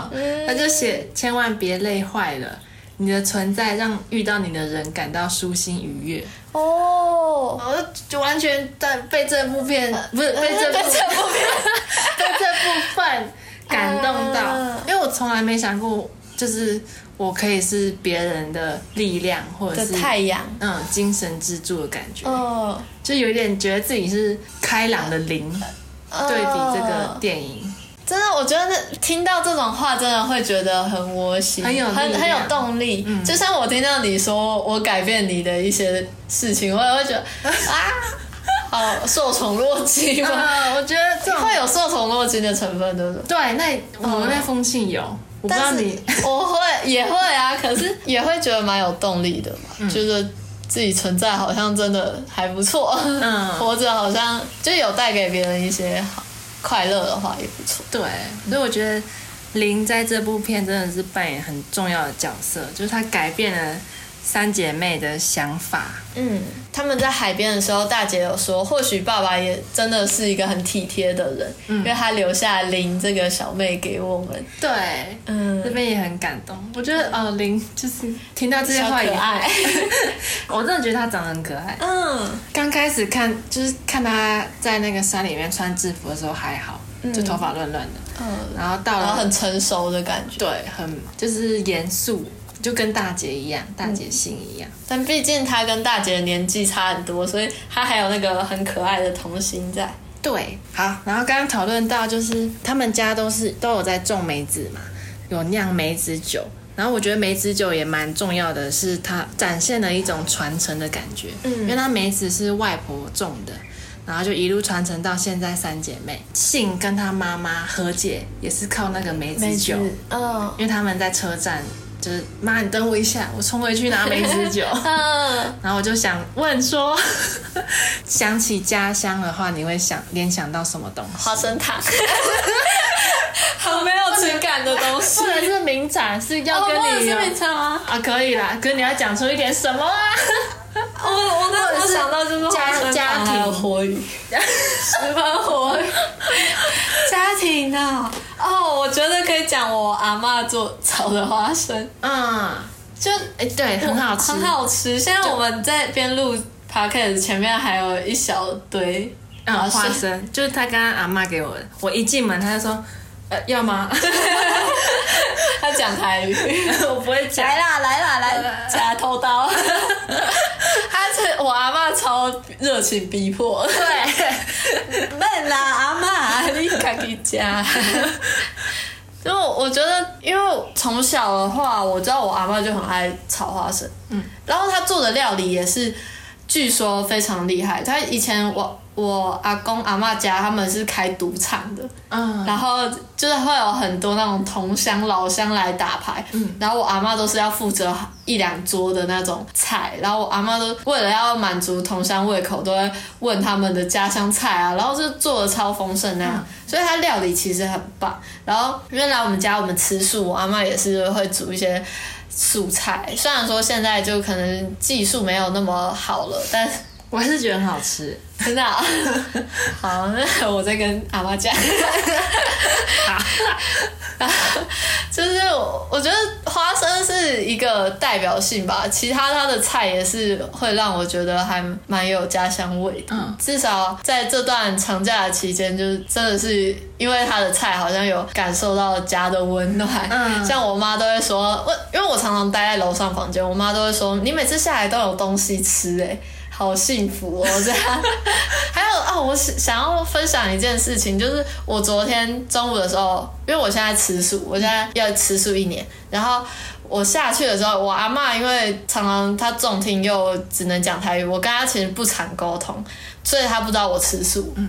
S1: 他就写千万别累坏了，你的存在让遇到你的人感到舒心愉悦。
S2: 哦，
S1: 我就就完全在被这部片不
S2: <laughs>
S1: 是 <laughs> 被这部
S2: 被这部片
S1: 被这部分感动到
S2: 啊，
S1: 因为我从来没想过，就是我可以是别人的力量，或者
S2: 的
S1: 是
S2: 太阳，
S1: 嗯精神支柱的感觉，
S2: 哦，
S1: 就有点觉得自己是开朗的灵。
S2: 哦
S1: 嗯对比这个电影，
S2: 真的，我觉得那听到这种话，真的会觉得很窝心，
S1: 很有力
S2: 很
S1: 量嗯
S2: 很有动力。就像我听到你说我改变你的一些事情，我也会觉得
S1: <laughs>
S2: 啊，好受宠若惊嘛，
S1: <laughs> 嗯，我觉得这种嗯
S2: 会有受宠若惊的成分，对不对？
S1: 对，那我们那封信有，我不知道
S2: 但是
S1: 你
S2: 我会也会啊，可是也会觉得蛮有动力的嘛，觉得自己存在好像真的还不错，
S1: 嗯
S2: 活着好像就有带给别人一些好快乐的话也不错。
S1: 对，所以我觉得林在这部片真的是扮演很重要的角色，就是她改变了三姐妹的想法。
S2: 嗯，他们在海边的时候，大姐有说，或许爸爸也真的是一个很体贴的人，因为他留下林这个小妹给我们。
S1: 对，这
S2: 嗯，
S1: 边也很感动。我觉得呃，林就是听到这些
S2: 小
S1: 话
S2: 可
S1: 也，
S2: <laughs> 爱。
S1: 我真的觉得她长得很可爱。
S2: 嗯，
S1: 刚开始看就是看她在那个山里面穿制服的时候还好，就头发乱乱的，
S2: 嗯，
S1: 然后到
S2: 然
S1: 了
S2: 后很成熟的感觉，
S1: 对很就是严肃，就跟大姐一样，大姐性一样。
S2: 但毕竟他跟大姐的年纪差很多，所以他还有那个很可爱的童心在。
S1: 对，好，然后刚刚讨论到就是他们家都是都有在种梅子嘛，有酿梅子酒，然后我觉得梅子酒也蛮重要的，是它展现了一种传承的感觉，嗯，因为它梅子是外婆种的。然后就一路传承到现在，三姐妹信跟她妈妈和解也是靠那个梅子酒，
S2: 嗯
S1: 因为他们在车站就是妈，你等我一下，我冲回去拿梅子酒。
S2: 嗯， <laughs>
S1: 然后我就想问说， <laughs> 想起家乡的话，你会想联想到什么东西？
S2: 花生糖， <laughs> 好没有情感的东西 <laughs>
S1: 或。者是名产哦是要跟
S2: 我
S1: 你有、
S2: 是没差吗？
S1: 啊，可以啦，可是你要讲出一点什么啊？
S2: 我我那时候
S1: 是
S2: 想到就是
S1: 家
S2: 花生糖
S1: 家庭
S2: 还有活 <laughs> 鱼，十分活鱼， <laughs> 家庭的哦，我觉得可以讲我阿嬷做炒的花生，
S1: <laughs> 嗯，
S2: 就
S1: 哎、对，很好吃，
S2: 很好吃。现在我们在边录 podcast 前面还有一小堆 <laughs>
S1: 嗯，
S2: 花
S1: 花
S2: 生
S1: 生就是他刚刚阿妈给我的，我一进门他就说，呃，要吗？
S2: 他讲台语，
S1: <laughs> 我不会讲，
S2: 来啦来啦来，假偷刀。 <laughs> 他是我阿嬷超热情逼迫，
S1: 对，
S2: 笨啦阿嬷，你 <laughs> 赶紧加。因为我觉得，因为从小的话，我知道我阿嬷就很爱炒花生，嗯，然后她做的料理也是，据说非常厉害。她以前我我阿公阿嬷家他们是开赌场的，
S1: 嗯，
S2: 然后就是会有很多那种同乡老乡来打牌，然后我阿妈都是要负责一两桌的那种菜，然后我阿妈都为了要满足同乡胃口，都会问他们的家乡菜啊，然后就做的超丰盛那样，所以她料理其实很棒。然后因为来我们家我们吃素，我阿妈也是会煮一些素菜，虽然说现在就可能技术没有那么好了，但
S1: 我还是觉得很好吃。
S2: <laughs> 真的啊、
S1: <laughs>
S2: 好，那我再跟阿妈讲。 <laughs> 就是我我觉得花生是一个代表性吧，其他它的菜也是会让我觉得还蛮有家乡味的。
S1: 嗯
S2: 至少在这段长假的期间，就是真的是因为它的菜好像有感受到家的温暖。
S1: 嗯
S2: 像我妈都会说，我因为我常常待在楼上房间，我妈都会说你每次下来都有东西吃哎、欸好幸福哦，这样。还有哦，我想想要分享一件事情，就是我昨天中午的时候，因为我现在吃素，我现在要吃素一年，然后。我下去的时候，我阿嬷因为常常她重听又只能讲台语，我跟她其实不常沟通，所以她不知道我吃素，嗯、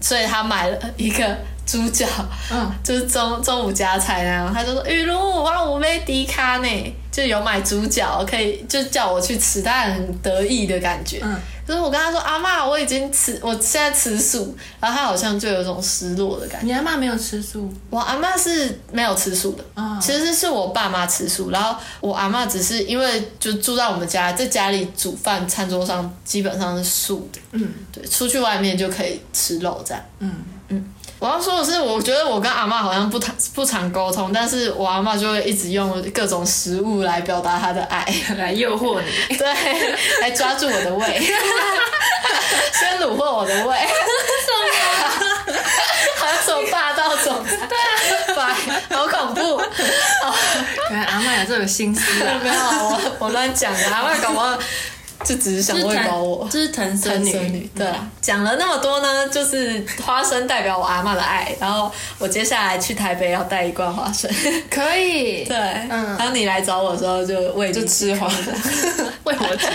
S2: 所以她买了一个猪脚，
S1: 嗯，
S2: 就是中中午加菜那样，她就说雨露哇，我没迪卡呢，就有买猪脚，可以就叫我去吃，她很得意的感觉，
S1: 嗯，
S2: 可是我跟她说阿嬷，我已经吃，我现在吃素，然后她好像就有一种失落的感觉。
S1: 你阿妈没有吃素，
S2: 我阿妈是没有吃素的，
S1: 嗯
S2: 其实是我爸妈吃素，然后我阿妈只是因为就住在我们家，在家里煮饭，餐桌上基本上是素的，
S1: 嗯
S2: 对，出去外面就可以吃肉这样。
S1: 嗯，
S2: 我要说的是，我觉得我跟阿妈好像不常不常沟通，但是我阿妈就会一直用各种食物来表达她的爱，
S1: 来诱惑你。 <laughs>
S2: <laughs> 对，来抓住我的胃，先虏获我的胃，好像什么霸道总裁，对啊，好恐怖。哦
S1: 原来阿妈有这种心思啊，
S2: 没有，我我乱讲的，阿妈搞不好就只是想喂饱我。
S1: <laughs> 就是藤
S2: 三
S1: 生
S2: 生女，对啊，讲了那么多呢，就是花生代表我阿妈的爱，然后我接下来去台北要带一罐花生， <laughs>
S1: 可以
S2: 对，
S1: 嗯
S2: 然后你来找我的时候就喂你
S1: 就吃花生，
S2: <laughs>
S1: 为我几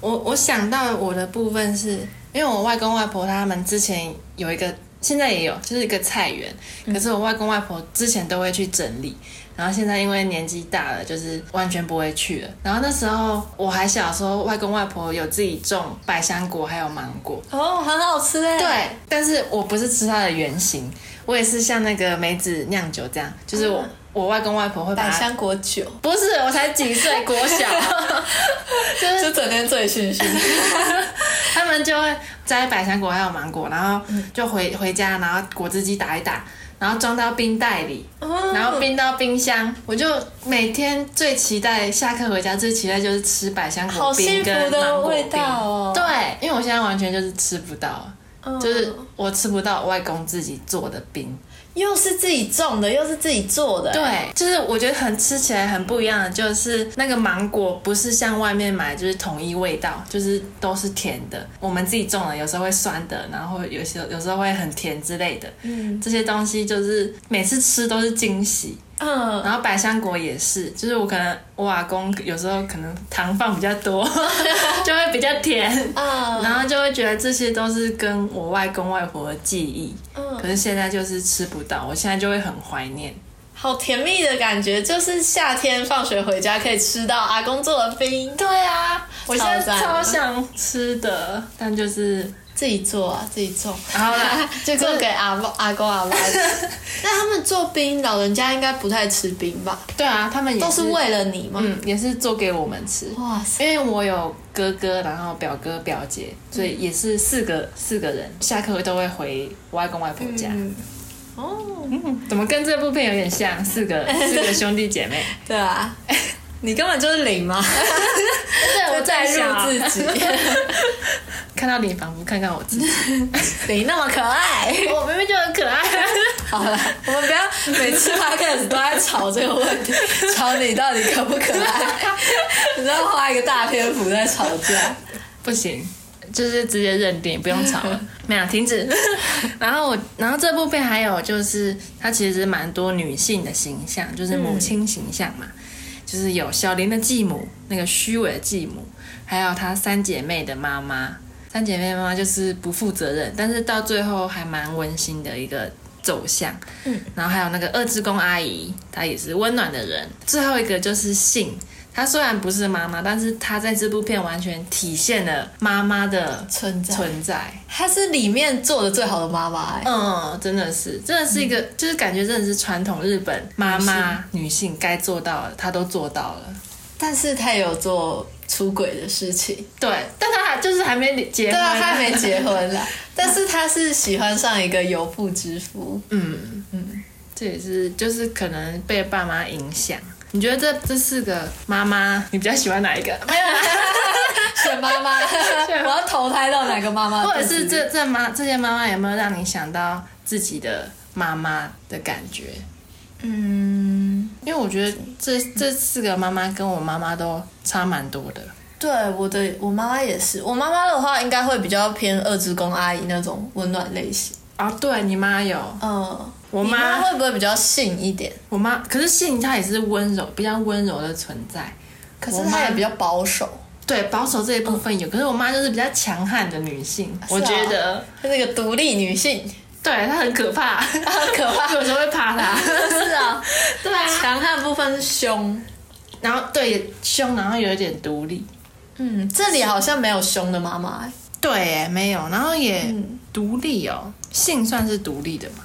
S1: 我我想到我的部分是，因为我外公外婆他们之前有一个，现在也有，就是一个菜园。
S2: 嗯
S1: 可是我外公外婆之前都会去整理，然后现在因为年纪大了，就是完全不会去了。然后那时候我还小的时候，外公外婆有自己种百香果还有芒果，
S2: 哦，很好吃哎，
S1: 对，但是我不是吃它的原型，我也是像那个梅子酿酒这样，就是我、我外公外婆会把
S2: 啊百
S1: 它。
S2: 香果酒，
S1: 不是，我才几岁，国小，
S2: <laughs> 就整天醉醺醺，
S1: 他们就会摘百香果还有芒果，然后
S2: 嗯
S1: 就回回家，然后果汁机打一打，然后装到冰袋里，
S2: 哦嗯
S1: 然后冰到冰箱。我就每天最期待下课回家，最期待就是吃百香
S2: 好
S1: 果
S2: 幸
S1: 冰
S2: 福
S1: 跟
S2: 的
S1: 芒果
S2: 味
S1: 冰。
S2: 道哦
S1: 对，因为我现在完全就是吃不到，
S2: 嗯
S1: 就是我吃不到我外公自己做的冰。
S2: 又是自己种的，又是自己做的，
S1: 对，就是我觉得很吃起来很不一样的，就是那个芒果不是像外面买就是统一味道，就是都是甜的。我们自己种的，有时候会酸的，然后有些有时候会很甜之类的。
S2: 嗯
S1: 这些东西就是每次吃都是惊喜，
S2: 嗯，
S1: 然后百香果也是，就是我可能我阿公有时候可能糖放比较
S2: <laughs>
S1: 多，就会比较甜，
S2: 啊，
S1: 然后就会觉得这些都是跟我外公外婆的记忆，
S2: 嗯
S1: 可是现在就是吃不到，我现在就会很怀念。
S2: 好甜蜜的感觉，就是夏天放学回家可以吃到阿公做的冰，
S1: 对啊，我现在
S2: 超赞啊
S1: 超想吃的，但就是
S2: 自己做啊，自己种，，
S1: 然后啦
S2: <laughs> 就做给阿公阿公阿妈吃。 <laughs> 那他们做冰，老人家应该不太吃冰吧？
S1: 对啊，他们也
S2: 都是为了你吗？
S1: 嗯，也是做给我们吃。
S2: 哇塞！
S1: 因为我有哥哥，然后表哥表姐，所以也是四个四个人，下课都会回我外公外婆家。嗯
S2: 嗯，哦，
S1: 怎么跟这部片有点像？四个四个兄弟 <laughs> 姐妹，
S2: 对啊， <laughs> 你根本就是零嘛，
S1: 对
S2: 在入
S1: 自
S2: 自
S1: 己，
S2: 己，
S1: 看到你仿佛看到我自己，
S2: <laughs> 零那么可爱。
S1: 我明明就很可爱。
S2: 好了，我们不要每次 podcast 都在吵这个 <laughs> 问题，吵你到底可不可爱，你要花一个大篇幅在吵架。
S1: 不行，就是直接认定，不用吵了。没有，停止。 <laughs> 然后我，然后这部片还有就是，它其实蛮多女性的形象，就是母亲形象嘛，就是有小林的继母，那个虚伪的继母，还有她三姐妹的妈妈。三姐妹妈妈就是不负责任，但是到最后还蛮温馨的一个走向。
S2: 嗯，
S1: 然后还有那个二职工阿姨，她也是温暖的人。最后一个就是信，她虽然不是妈妈，但是她在这部片完全体现了妈妈的
S2: 存在
S1: 存在。
S2: 她是里面做的最好的妈妈、欸，
S1: 嗯，真的是，真的是一个，就是感觉真的是传统日本妈妈女性该做到的，她都做到了。
S2: 但是她也有做出轨的事 <laughs> 情，
S1: 对，但她还就是还没结婚，
S2: 对啊，她还没结婚啦，但是她是喜欢上一个有妇之夫，
S1: 这也是就是可能被爸妈影响。你觉得这这四个妈妈，你比较喜欢哪一个？没有啦，
S2: <laughs> 选妈妈，我要投胎到哪个妈妈，
S1: 或者是这这妈这些妈妈有没有让你想到自己的妈妈的感觉？
S2: 嗯。
S1: 因为我觉得这这四个妈妈跟我妈妈都差蛮多的。
S2: 对，我的我妈妈也是，我妈妈的话应该会比较偏二职工阿姨那种温暖类型。
S1: 哦，对你妈有，
S2: 嗯，
S1: 我
S2: 你
S1: 妈
S2: 会不会比较信一点？
S1: 我妈可是信她也是温柔，比较温柔的存在。
S2: 可
S1: 我
S2: 是
S1: 妈
S2: 她也比较保守，
S1: 对保守这一部分有，可是我妈就是比较强悍的女性，
S2: 是
S1: 我
S2: 嗯啊
S1: 觉得，
S2: 她是个独立女性，
S1: <laughs> 对她很可怕，
S2: 啊很可怕。
S1: <laughs> 有时候会怕她。
S2: 是啊， <laughs>
S1: 对啊，
S2: 强悍部分是凶，
S1: 然后对凶，然后有一点独立。
S2: 嗯，这里好像没有凶的妈妈、欸
S1: 对耶，没有，然后也
S2: 嗯
S1: 独立哦，性算是独立的嘛。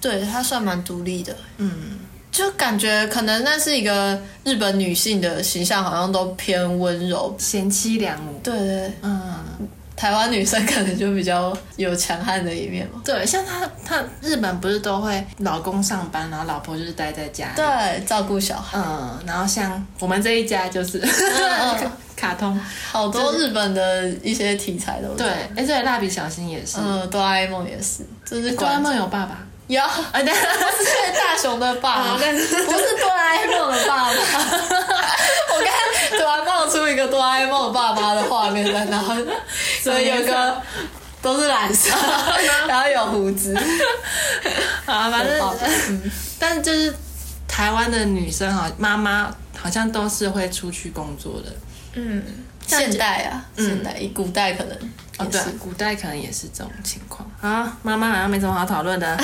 S2: 对她算蛮独立的，
S1: 嗯，
S2: 就感觉可能那是一个日本女性的形象，好像都偏温柔。
S1: 贤妻良母。
S2: 对对，
S1: 嗯，
S2: 台湾女生可能就比较有强悍的一面嘛。
S1: 对，像她，她日本不是都会老公上班，然后老婆就是待在家里。
S2: 对，照顾小孩，
S1: 嗯，然后像我们这一家就是、
S2: 嗯
S1: <laughs> 卡通，
S2: 好多日本的一些题材都
S1: 对，哎、对，蜡笔小新也是，
S2: 嗯，哆啦 A 梦也是，就是
S1: 哆啦 A
S2: 管
S1: 梦有爸 <laughs> 爸，
S2: 有
S1: 啊，对，
S2: 是大雄的爸
S1: 啊
S2: 爸，
S1: 但
S2: <laughs> 不是哆啦 A 梦的爸爸。我刚才突然冒出一个哆啦 A 梦爸爸的画面在脑，所以有个都是蓝
S1: <laughs>
S2: 色，然后有胡子，
S1: 啊，反
S2: 爸
S1: 正 <laughs>
S2: 爸，
S1: 但是就是台湾的女生哈，妈妈好像都是会出去工作的，
S2: 嗯，现代啊，现代，古代可能
S1: 嗯哦，
S2: 也
S1: 对
S2: 是，，
S1: 古代可能也是这种情况。啊，妈妈好像没什么好讨论 <laughs> 的，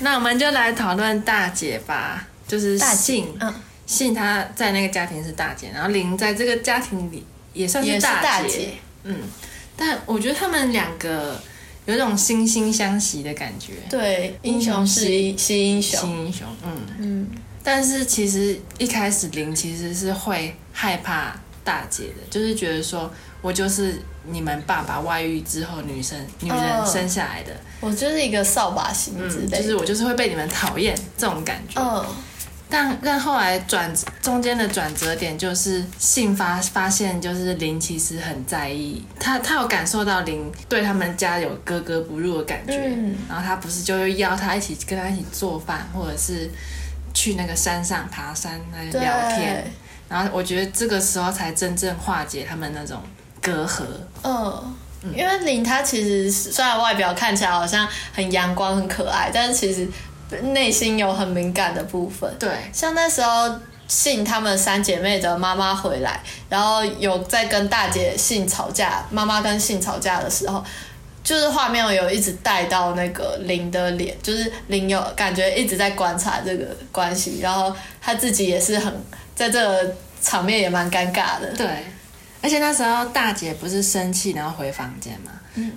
S1: 那我们就来讨论大姐吧，就是
S2: 大姐
S1: 信，
S2: 嗯，
S1: 信她在那个家庭是大姐，然后林在这个家庭里也算
S2: 也
S1: 是
S2: 是大姐，
S1: 嗯，但我觉得他们两个有一种惺惺相惜的感觉，
S2: 对，英雄惜惜英
S1: 新
S2: 雄，
S1: 英雄，嗯。
S2: 嗯，
S1: 但是其实一开始林其实是会害怕大姐的，就是觉得说我就是你们爸爸外遇之后女生女人
S2: 哦
S1: 生下来的，
S2: 我就是一个扫把星之
S1: 嗯，
S2: 类
S1: 就
S2: 的，
S1: 是我就是会被你们讨厌这种感觉。
S2: 嗯，
S1: 但但后来转中间的转折点就是信发发现，就是林其实很在意他，他有感受到林对他们家有格格不入的感觉，
S2: 嗯
S1: 然后他不是就会邀他一起跟他一起做饭，或者是去那个山上爬山那
S2: 对
S1: 聊天，，然后我觉得这个时候才真正化解他们那种隔阂，
S2: 嗯，因为林他其实是虽然外表看起来好像很阳光、很可爱，但是其实内心有很敏感的部分。
S1: 对，
S2: 像那时候信她们三姐妹的妈妈回来，然后有在跟大姐信吵架，妈妈跟信吵架的时候。就是画面有一直带到那个林的脸，就是林有感觉一直在观察这个关系，然后他自己也是很在这个场面也蛮尴尬的。
S1: 对，而且那时候大姐不是生气，然后回房间嘛，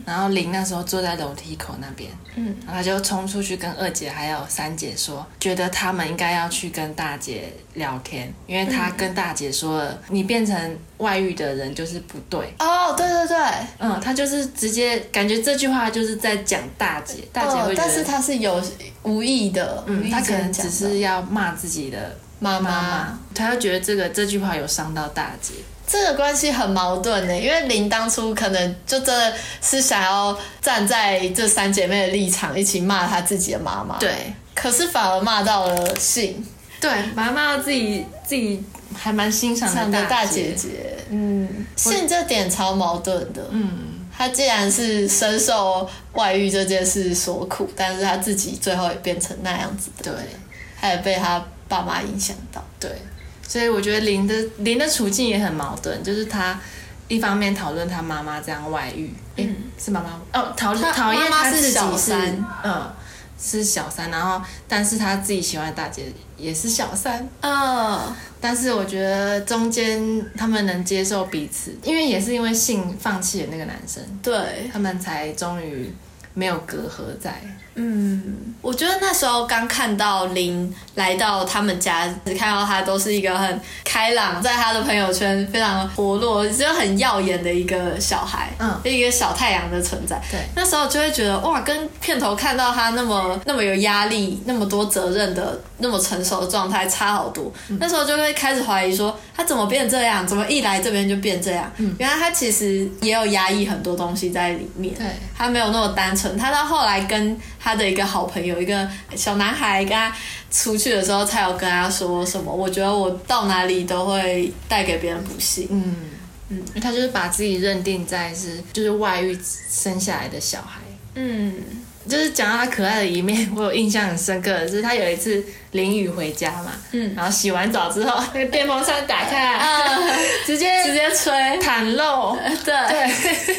S1: 然后林那时候坐在楼梯口那边，
S2: 嗯，
S1: 然后她就冲出去跟二姐还有三姐说，觉得他们应该要去跟大姐聊天，因为
S2: 嗯
S1: 她跟大姐说了，你变成外遇的人就是不对。
S2: 哦，对对对，
S1: 嗯，她就是直接感觉这句话就是在讲大姐，大姐
S2: 哦
S1: 会觉
S2: 但
S1: 得，
S2: 是他是有无意的，无
S1: 嗯，
S2: 意
S1: 她可
S2: 间
S1: 能
S2: 讲
S1: 只
S2: 的
S1: 是要骂自己的
S2: 妈
S1: 妈妈，她就觉得这个这句话有伤到大姐。
S2: 这个关系很矛盾欸呢，因为林当初可能就真的是想要站在这三姐妹的立场一起骂她自己的妈妈，，
S1: 对，
S2: 可是反而骂到了信
S1: 对，妈妈自己自己还蛮欣赏
S2: 上
S1: 的
S2: 的大
S1: 姐
S2: 姐。姐，嗯，信这点超矛盾的，
S1: 嗯，
S2: 她既然是深受外遇这件事所苦，但是她自己最后也变成那样子
S1: 对
S2: 的，她也被她爸妈影响到，
S1: 对，所以我觉得林的林的处境也很矛盾，就是他一方面讨论他妈妈这样外遇，嗯，是妈妈哦，讨
S2: 她
S1: 讨厌
S2: 妈妈
S1: 他
S2: 是
S1: 自己
S2: 小
S1: 是
S2: 三
S1: 嗯是小三，然后但是他自己喜欢的大姐也是小三，
S2: 嗯。
S1: 但是我觉得中间他们能接受彼此，因为也是因为性放弃了那个男生，
S2: 对，
S1: 他们才终于没有隔阂在。
S2: 嗯，我觉得那时候刚看到林来到他们家，只看到他都是一个很开朗，在他的朋友圈非常活络，就很耀眼的一个小孩，
S1: 嗯
S2: 一个小太阳的存在。
S1: 对
S2: 那时候就会觉得哇，跟片头看到他那么那么有压力、那么多责任的、那么成熟的状态差好多。
S1: 嗯
S2: 那时候就会开始怀疑说，他怎么变这样？怎么一来这边就变这样？
S1: 嗯
S2: 原来他其实也有压抑很多东西在里面。
S1: 对
S2: 他没有那么单纯，他到后来跟他的一个好朋友，一个小男孩，跟他出去的时候，才有跟他说什么，我觉得我到哪里都会带给别人不幸。
S1: 嗯。嗯，他就是把自己认定在是就是外遇生下来的小孩。
S2: 嗯，
S1: 就是讲到他可爱的一面， <laughs> 我有印象很深刻的是，他有一次淋雨回家嘛，
S2: 嗯
S1: 然后洗完澡之后，那个电风扇打开来，直接
S2: 呃直接吹，
S1: 袒 <laughs> 露，
S2: 对，
S1: 对，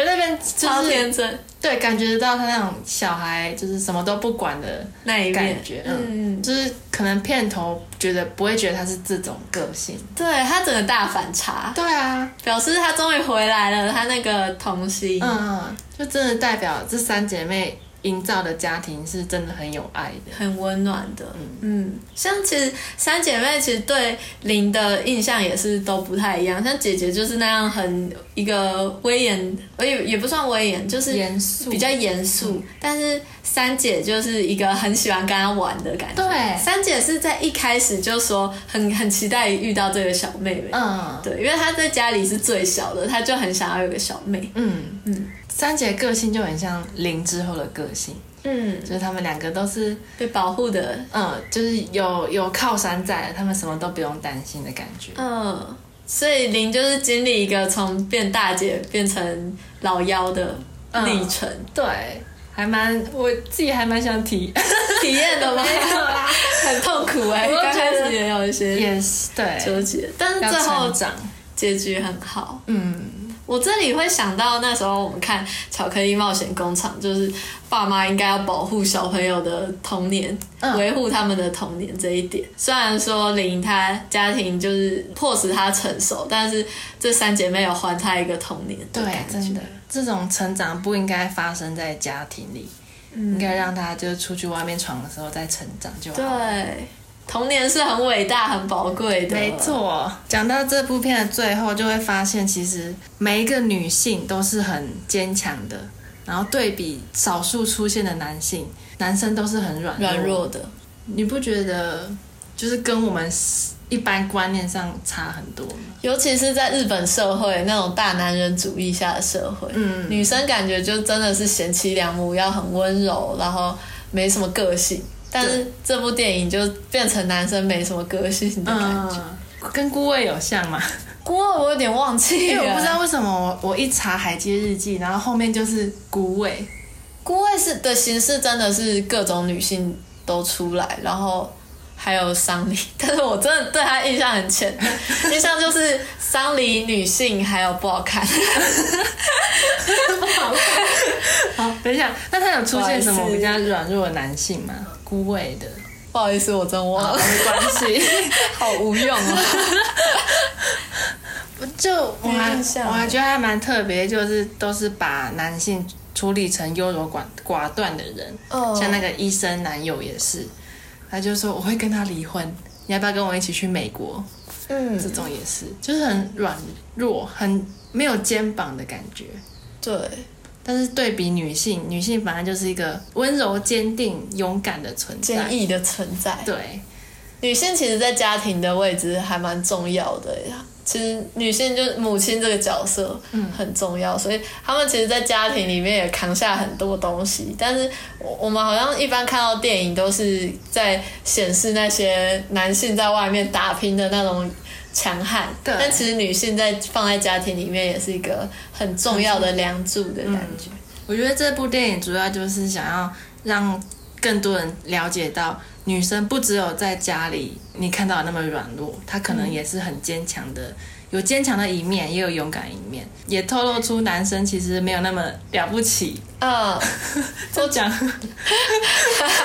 S1: 我那边就
S2: 超
S1: 是
S2: 天真
S1: 对感觉到他那种小孩就是什么都不管的
S2: 那一面
S1: 感觉，嗯，
S2: 嗯，
S1: 就是可能片头觉得不会觉得他是这种个性，
S2: 对他整个大反差，
S1: 对啊，
S2: 表示他终于回来了，他那个童心，
S1: 嗯嗯，就真的代表这三姐妹营造的家庭是真的很有爱的，
S2: 很温暖的，嗯，像其实三姐妹其实对林的印象也是都不太一样，像姐姐就是那样很一个威严，呃也也不算威严，就是
S1: 严肃嗯
S2: 比较严肃，但是三姐就是一个很喜欢跟她玩的感觉。
S1: 对
S2: 三姐是在一开始就说很很期待遇到这个小妹妹，
S1: 嗯
S2: 对，因为她在家里是最小的，她就很想要有个小妹，
S1: 嗯嗯，三姐个性就很像林之后的个性，
S2: 嗯，
S1: 就是他们两个都是
S2: 被保护的，
S1: 嗯，就是有有靠山在，他们什么都不用担心的感觉，
S2: 嗯，所以林就是经历一个从变大姐变成老幺的
S1: 嗯
S2: 历程，
S1: 对，还蛮我自己还蛮想
S2: <laughs>
S1: 提， <laughs>
S2: 体验的吗？很痛苦哎、
S1: 我都
S2: 刚开
S1: 觉得
S2: 始也有一些
S1: 也是对，
S2: 纠结，但是
S1: 要
S2: 最后
S1: 成长，
S2: 结局很好。
S1: 嗯
S2: 我这里会想到那时候我们看《巧克力冒险工厂》，就是爸妈应该要保护小朋友的童年，
S1: 嗯
S2: 维护他们的童年这一点。虽然说林他家庭就是迫使他成熟，但是这三姐妹有还他一个童年的
S1: 对
S2: 感，觉。
S1: 真的，这种成长不应该发生在家庭里，
S2: 嗯
S1: 应该让他就是出去外面闯的时候再成长就好。
S2: 对，童年是很伟大、很宝贵的。
S1: 没，错，讲到这部片的最后，就会发现其实每一个女性都是很坚强的，然后对比少数出现的男性，男生都是很软弱。
S2: 软弱的。
S1: 你不觉得就是跟我们一般观念上差很多吗？
S2: 尤其是在日本社会那种大男人主义下的社会，
S1: 嗯
S2: 女生感觉就真的是贤妻良母，要很温柔，然后没什么个性。但是这部电影就变成男生没什么个性的感觉。
S1: 嗯，跟孤味有像吗？
S2: 不过我有点忘记
S1: 因
S2: 了，
S1: 为我不知道为什么我我一查《海街日记》，然后后面就是孤味。
S2: 孤味是的形式真的是各种女性都出来，然后还有丧礼，但是我真的对她印象很浅，印象就是丧礼女性还有不好看， <laughs>
S1: 好，等一下，那他有出现什么比较软弱的男性吗？孤味的，哦
S2: 不好意思，我真忘
S1: 好 <laughs>
S2: 了，
S1: 没关系。
S2: 好无用 <laughs> 哦。
S1: 就 <laughs> 我还
S2: 没印象
S1: 我还觉得还蛮特别，就是都是把男性处理成优柔寡寡断的人，
S2: 哦
S1: 像那个医生男友也是，他就说我会跟他离婚，你要不要跟我一起去美国？这
S2: 嗯，
S1: 种也是，就是很软弱，很没有肩膀的感觉。
S2: 对，
S1: 但是对比女性，女性反而就是一个温柔、坚定、勇敢的存
S2: 坚
S1: 在。
S2: 毅的存在。
S1: 对，
S2: 女性其实，在家庭的位置还蛮重要的呀。其实女性就是母亲这个角色，很重要，所以她们其实，在家庭里面也扛下很多东西。但是我我们好像一般看到电影都是在显示那些男性在外面打拼的那种强悍，
S1: 对
S2: 但其实女性在放在家庭里面也是一个很重要的梁柱的感觉。
S1: 我觉得这部电影主要就是想要让更多人了解到，女生不只有在家里你看到那么软弱，她可能也是很坚强的，有坚强的一面，也有勇敢一面，也透露出男生其实没有那么了不 <laughs> 起。
S2: 嗯，
S1: 都讲
S2: <laughs>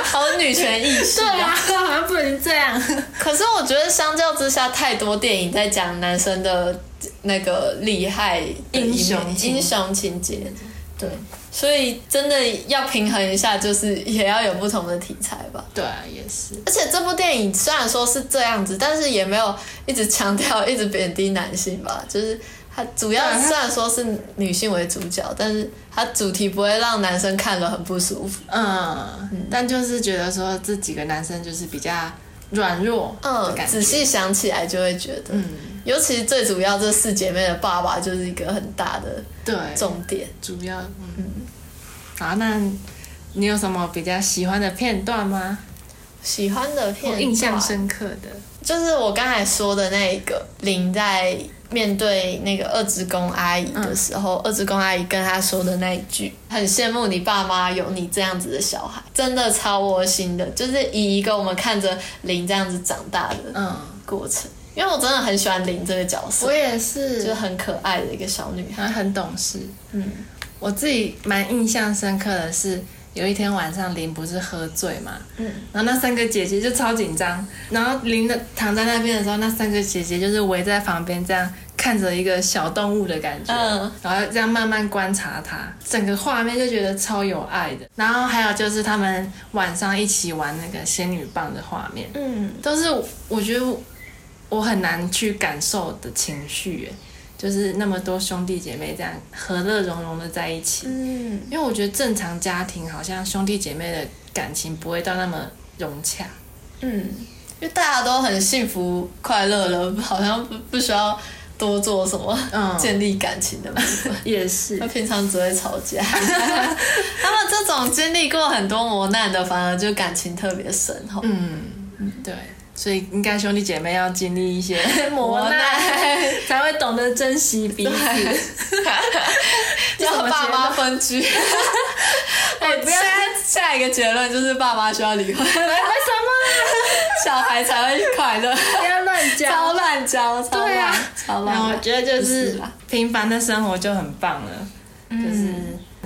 S2: 好女权意识、
S1: 对啊，好像不能这样。
S2: 可是我觉得相较之下，太多电影在讲男生的那个厉害的一面
S1: 英雄情
S2: 英雄情节，对，所以真的要平衡一下，就是也要有不同的题材吧。
S1: 对啊，也是。
S2: 而且这部电影虽然说是这样子，但是也没有一直强调、一直贬低男性吧。就是它主要
S1: 对它
S2: 虽然说是女性为主角，但是它主题不会让男生看了很不舒服。
S1: 嗯，但就是觉得说这几个男生就是比较软弱的
S2: 嗯，
S1: 感觉，
S2: 仔细想起来就会觉得，
S1: 嗯，
S2: 尤其最主要，这四姐妹的爸爸就是一个很大的
S1: 对，
S2: 重点。
S1: 主要
S2: 嗯
S1: 嗯，好，那你有什么比较喜欢的片段吗？
S2: 喜欢的片
S1: 我
S2: 段，
S1: 印象深刻的。
S2: 就是我刚才说的那一个林在面对那个二职工阿姨的时
S1: 嗯
S2: 候，二职工阿姨跟他说的那一句：“很羡慕你爸妈有你这样子的小孩，真的超窝心的。”就是以一个我们看着林这样子长大的
S1: 嗯，
S2: 过程，因为我真的很喜欢林这个角色
S1: 我，也
S2: 就是
S1: 是，
S2: 很可爱的一个小女孩。
S1: 然后很懂事。
S2: 嗯，
S1: 我自己蛮印象深刻的是，有一天晚上林不是喝醉嘛，
S2: 嗯，
S1: 然后那三个姐姐就超紧张，然后林的躺在那边的时候，那三个姐姐就是围在旁边这样看着一个小动物的感觉，
S2: 嗯，
S1: 然后这样慢慢观察它，整个画面就觉得超有爱的。然后还有就是他们晚上一起玩那个仙女棒的画面，
S2: 嗯，
S1: 都是我觉得我很难去感受的情绪耶，就是那么多兄弟姐妹这样和乐融融的在一起。
S2: 嗯，
S1: 因为我觉得正常家庭好像兄弟姐妹的感情不会到那么融洽，
S2: 嗯，因为大家都很幸福快乐了， <laughs> 好像不不需要多做什么、
S1: 嗯
S2: 建立感情
S1: <laughs>
S2: 的部分。
S1: 也是
S2: 他平常只会吵架， <laughs> 他们这种经历过很多磨难的，反而就感情特别深厚。
S1: 嗯，对，所以应该兄弟姐妹要经历一 <laughs> 些磨
S2: 磨
S1: 难
S2: 难，
S1: 才会懂得珍惜彼此。
S2: <laughs> 要和爸妈
S1: <laughs>
S2: 分居。哎，
S1: 不
S2: 不
S1: 要
S2: 要下一个结论就是爸妈需要离婚， <laughs>
S1: 为什
S2: 小孩才会快
S1: <laughs>
S2: 乐。
S1: 么 <laughs> 不要乱
S2: 超
S1: 讲？
S2: 乱交，超
S1: 对啊
S2: 乱，超
S1: 然后我
S2: 乱。
S1: 觉得就
S2: 不
S1: 是
S2: 是啦
S1: 平凡的生活就很棒了，
S2: 嗯
S1: 就是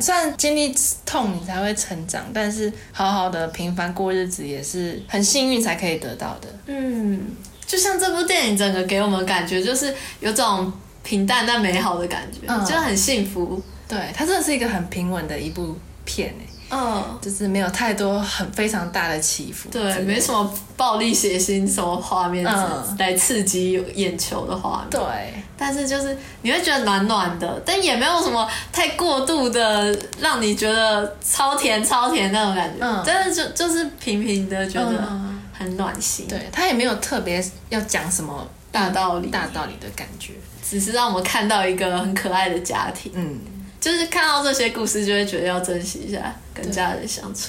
S1: 虽然经历痛你才会成长，但是好好的平凡过日子也是很幸运才可以得到的。
S2: 嗯，就像这部电影整个给我们感觉，就是有种平淡但美好的感觉，
S1: 嗯
S2: 就很幸福。
S1: 对，它真的是一个很平稳的一部片诶、
S2: 嗯。
S1: 就是没有太多很非常大的起伏。
S2: 对，没什么暴力、血腥什么画面之
S1: 嗯
S2: 来刺激眼球的画面，
S1: 对，
S2: 但是就是你会觉得暖暖的，但也没有什么太过度的让你觉得超甜超甜那种感觉，
S1: 嗯
S2: 但是就就是平平的觉得
S1: 嗯
S2: 很暖心，
S1: 对他也没有特别要讲什么
S2: 大道理，
S1: 大道理的感觉。
S2: 只是让我们看到一个很可爱的家庭，
S1: 嗯，
S2: 就是看到这些故事就会觉得要珍惜一下跟家人相处，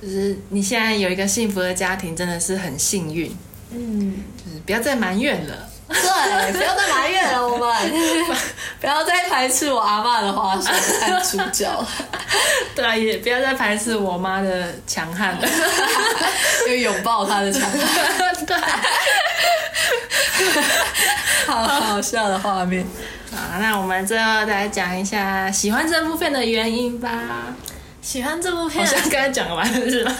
S1: 就是你现在有一个幸福的家庭，真的是很幸运，
S2: 嗯。
S1: 就是不要再埋怨了。
S2: 对，不要再埋怨了，我们 <laughs> 不要再排斥我阿嬷的花生和猪 <laughs> 脚，
S1: <laughs> 对啊，也不要再排斥我妈的强悍了。
S2: 因为拥抱她的强，
S1: <laughs> 对，
S2: 好好笑的画面。
S1: 好，那我们最后来讲一下喜欢这部片的原因吧。
S2: 喜欢这
S1: <laughs>
S2: 部
S1: 好
S2: 片，
S1: 像刚才讲完了是吧？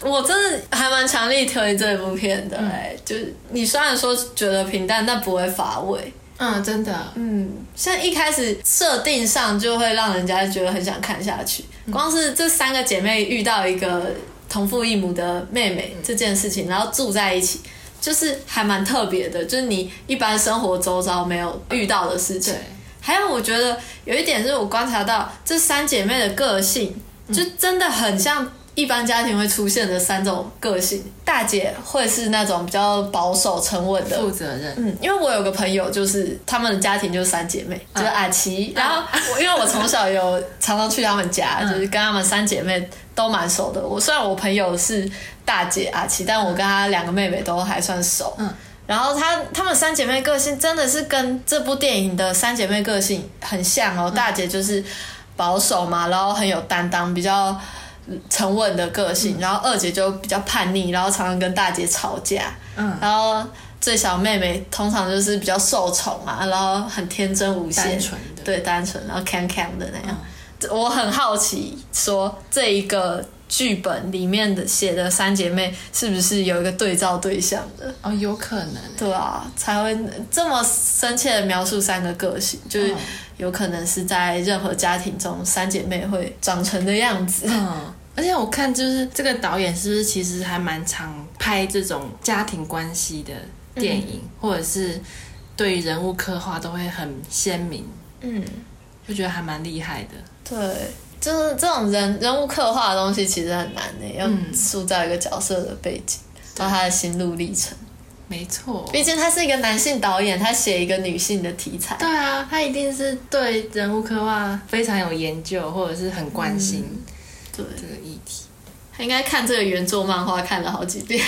S2: 我真的还蛮强力推这部片的、哎、就是你虽然说觉得平淡，但不会乏味。
S1: 嗯，真的，
S2: 嗯，像一开始设定上就会让人家觉得很想看下去。光是这三个姐妹遇到一个同父异母的妹妹这件事情，然后住在一起，就是还蛮特别的，就是你一般生活周遭没有遇到的事情
S1: 对。，
S2: 还有，我觉得有一点是我观察到这三姐妹的个性，就真的很像一般家庭会出现的三种个性。大姐会是那种比较保守、沉稳的，
S1: 负责任。
S2: 嗯，因为我有个朋友，就是他们的家庭就是三姐妹，就是阿奇。然后我因为我从小有常常去他们家，就是跟他们三姐妹都蛮熟的。我虽然我朋友是大姐阿奇，但我跟她两个妹妹都还算熟。
S1: 嗯
S2: 然后她她们三姐妹个性真的是跟这部电影的三姐妹个性很像哦。大姐就是保守嘛，然后很有担当，比较。沉稳的个
S1: 嗯
S2: 性，然后二姐就比较叛逆，然后常常跟大姐吵架，
S1: 嗯，
S2: 然后最小妹妹通常就是比较受宠啊，然后很天真无邪，
S1: 单纯嗯的。
S2: 对单纯，然后 can can 的那样。我很好奇说这一个剧本里面的写的三姐妹是不是有一个对照对象的？
S1: 哦，有可能。
S2: 对啊，才会这么深切的描述三个个性，就是
S1: 嗯
S2: 有可能是在任何家庭中三姐妹会长成的样子。
S1: 嗯，而且我看就是这个导演是不是其实还蛮常拍这种家庭关系的电影，或者是对于人物刻画都会很鲜明，
S2: 嗯，
S1: 就觉得还蛮厉害的。
S2: 对，就是这种人人物刻画的东西其实很难的、要
S1: 嗯
S2: 塑造一个角色的背景，然后他的心路历程。
S1: 没错，
S2: 毕竟他是一个男性导演，他写一个女性的题材，
S1: 对啊，他一定是对人物刻画非常有研究，或者是很关心
S2: 对，
S1: 这个议题。
S2: 应该看这个原作漫画看了好几 <laughs> 遍，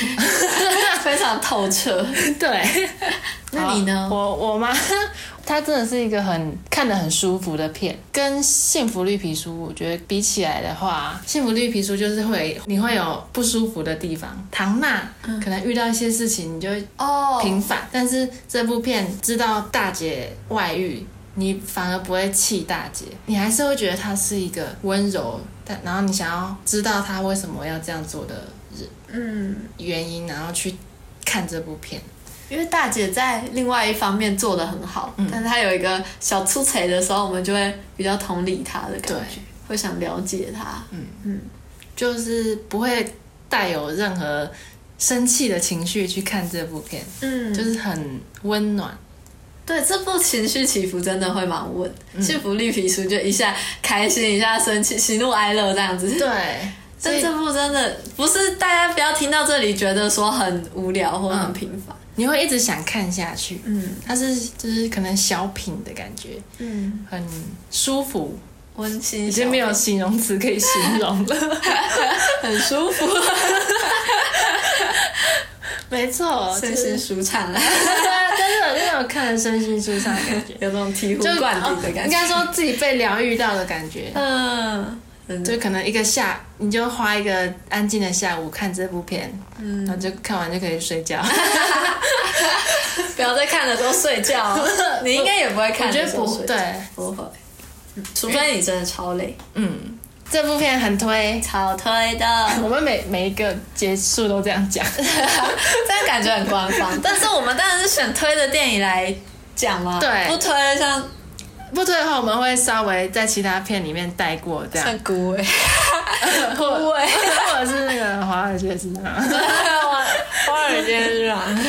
S2: 非常透彻。
S1: <laughs> 对，
S2: 那你呢
S1: 好？我我妈，她真的是一个很看得很舒服的片，跟《幸福绿皮书》我觉得比起来的话，《幸福绿皮书》就是会你会有不舒服的地方，唐娜可能遇到一些事情你就会
S2: 嗯哦
S1: 平反，但是这部片知道大姐外遇。你反而不会气大姐，你还是会觉得她是一个温柔，但然后你想要知道她为什么要这样做的
S2: 嗯，
S1: 原因，然后去看这部片。
S2: 因为大姐在另外一方面做的很好，
S1: 嗯
S2: 但是她有一个小出彩的时候，我们就会比较同理她的感
S1: 对
S2: 觉，会想了解她。
S1: 就是不会带有任何生气的情绪去看这部片，
S2: 嗯
S1: 就是很温暖。
S2: 对，这部情绪起伏真的会蛮稳，
S1: 嗯
S2: 幸福绿皮书就一下开心，一下生气，喜怒哀乐这样子。
S1: 对，所
S2: 但
S1: 以
S2: 这部真的不是大家不要听到这里觉得说很无聊或很平凡。
S1: 你会一直想看下去。
S2: 嗯
S1: 它是就是可能小品的感觉，
S2: 嗯，
S1: 很舒服，
S2: 温馨
S1: 已
S2: 小
S1: 经没有形容词可以形容了。
S2: <laughs> 很舒服，
S1: <laughs> 没错，<laughs>
S2: 身
S1: 就是
S2: 心舒畅 <laughs> 啊，，
S1: 对啊， <laughs> 真的那种看了身心舒畅的感觉
S2: 有种醍
S1: 就呃
S2: 醐灌顶的
S1: 哦
S2: 感
S1: 应
S2: 觉。
S1: 该说自己被疗愈到的感觉。
S2: 嗯，真的
S1: <laughs> 就可能一个下，你就花一个安静的下午看这部片，
S2: 嗯
S1: 然后就看完就可以睡觉。
S2: 不要再看了都睡觉 <laughs> 哦，你应该也不会看
S1: 我
S2: 的
S1: 觉
S2: 时
S1: 得
S2: 候睡
S1: 不
S2: 觉，
S1: 对，
S2: 不会，嗯除非你真的超累，
S1: 嗯，这部片很推。
S2: 超推 <laughs> 的。
S1: 我们每每一个结束都这样 <laughs> 讲，
S2: 这样感觉很官方，但是我们当然是选推的电影来讲嘛，
S1: 对
S2: 不推像
S1: 不推的话，我们会稍微在其他片里面带过这 <laughs> 样，
S2: 像古伟，
S1: 或
S2: 不会
S1: 或者是那个华尔街之狼。
S2: <laughs> 华尔街之狼。 <laughs>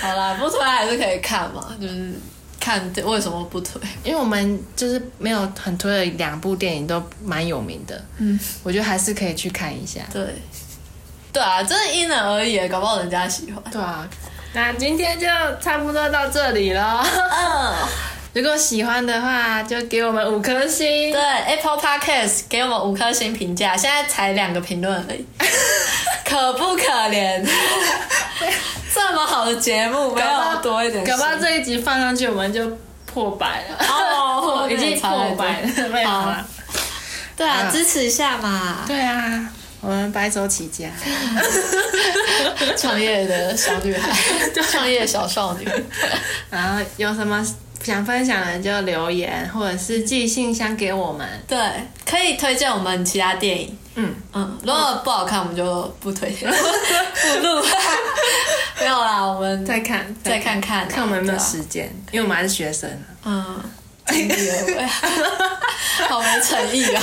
S2: 好啦，不推还是可以看嘛，就是看为什么不推。
S1: 因为我们就是没有很推的两部电影都蛮有名的，
S2: 嗯，
S1: 我觉得还是可以去看一下。
S2: 对，对啊，这是因人而异，搞不好人家喜欢。
S1: 对啊，那今天就差不多到这里了。
S2: 嗯，
S1: <laughs> 如果喜欢的话，就给我们五颗星
S2: 对。，Apple Podcast 给我们五颗星评价，现在才两个评论
S1: <laughs>
S2: 而已，可不可怜？这么好的节目，没
S1: 搞不好
S2: 有多一点声音，
S1: 搞不好这一集放上去，我们就破百了。 <laughs>
S2: 哦
S1: 已经破百了，没有
S2: 好
S1: 啊？
S2: 对啊，
S1: 嗯
S2: 支持一下嘛，
S1: <laughs> 对啊，我们白手起家。
S2: 创业的小女孩，创业小少女，
S1: 然后有什么想分享的就留言，或者是寄信箱给我们。
S2: 对，可以推荐我们其他电影，
S1: 嗯，
S2: 嗯，如果不好看，我们就不
S1: <laughs>
S2: 推荐，不录， <laughs> 没有啦，我们
S1: 再看，
S2: 再看看啊
S1: 看我们有没有
S2: 对啊
S1: 时间，因为我们还是学生啊。
S2: 嗯，尽力而为，好没诚意
S1: <laughs>
S2: 啊！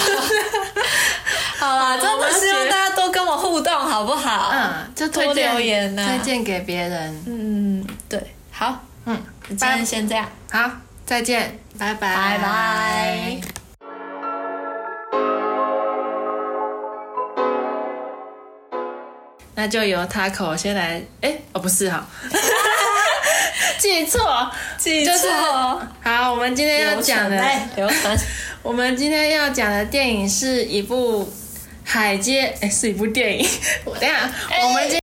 S2: 好啦，真的希望大家多跟我互动，好不好？
S1: 嗯，就推
S2: 多
S1: 荐
S2: 留言啊
S1: 推荐给别人。
S2: 嗯，对，好，
S1: 嗯，
S2: 今天先这样，
S1: 好，再见，拜拜，
S2: 拜拜。
S1: 那就由 Taco 先来，哎、哦不是
S2: <laughs>
S1: 哈，记错，
S2: 记
S1: 就
S2: 住
S1: 是
S2: 哦
S1: 好，我们今天要讲的，
S2: 流程。
S1: 我们今天要讲的电影是一部海街，哎、是一部电影，我等一下， <laughs>
S2: 哎
S1: 我们今。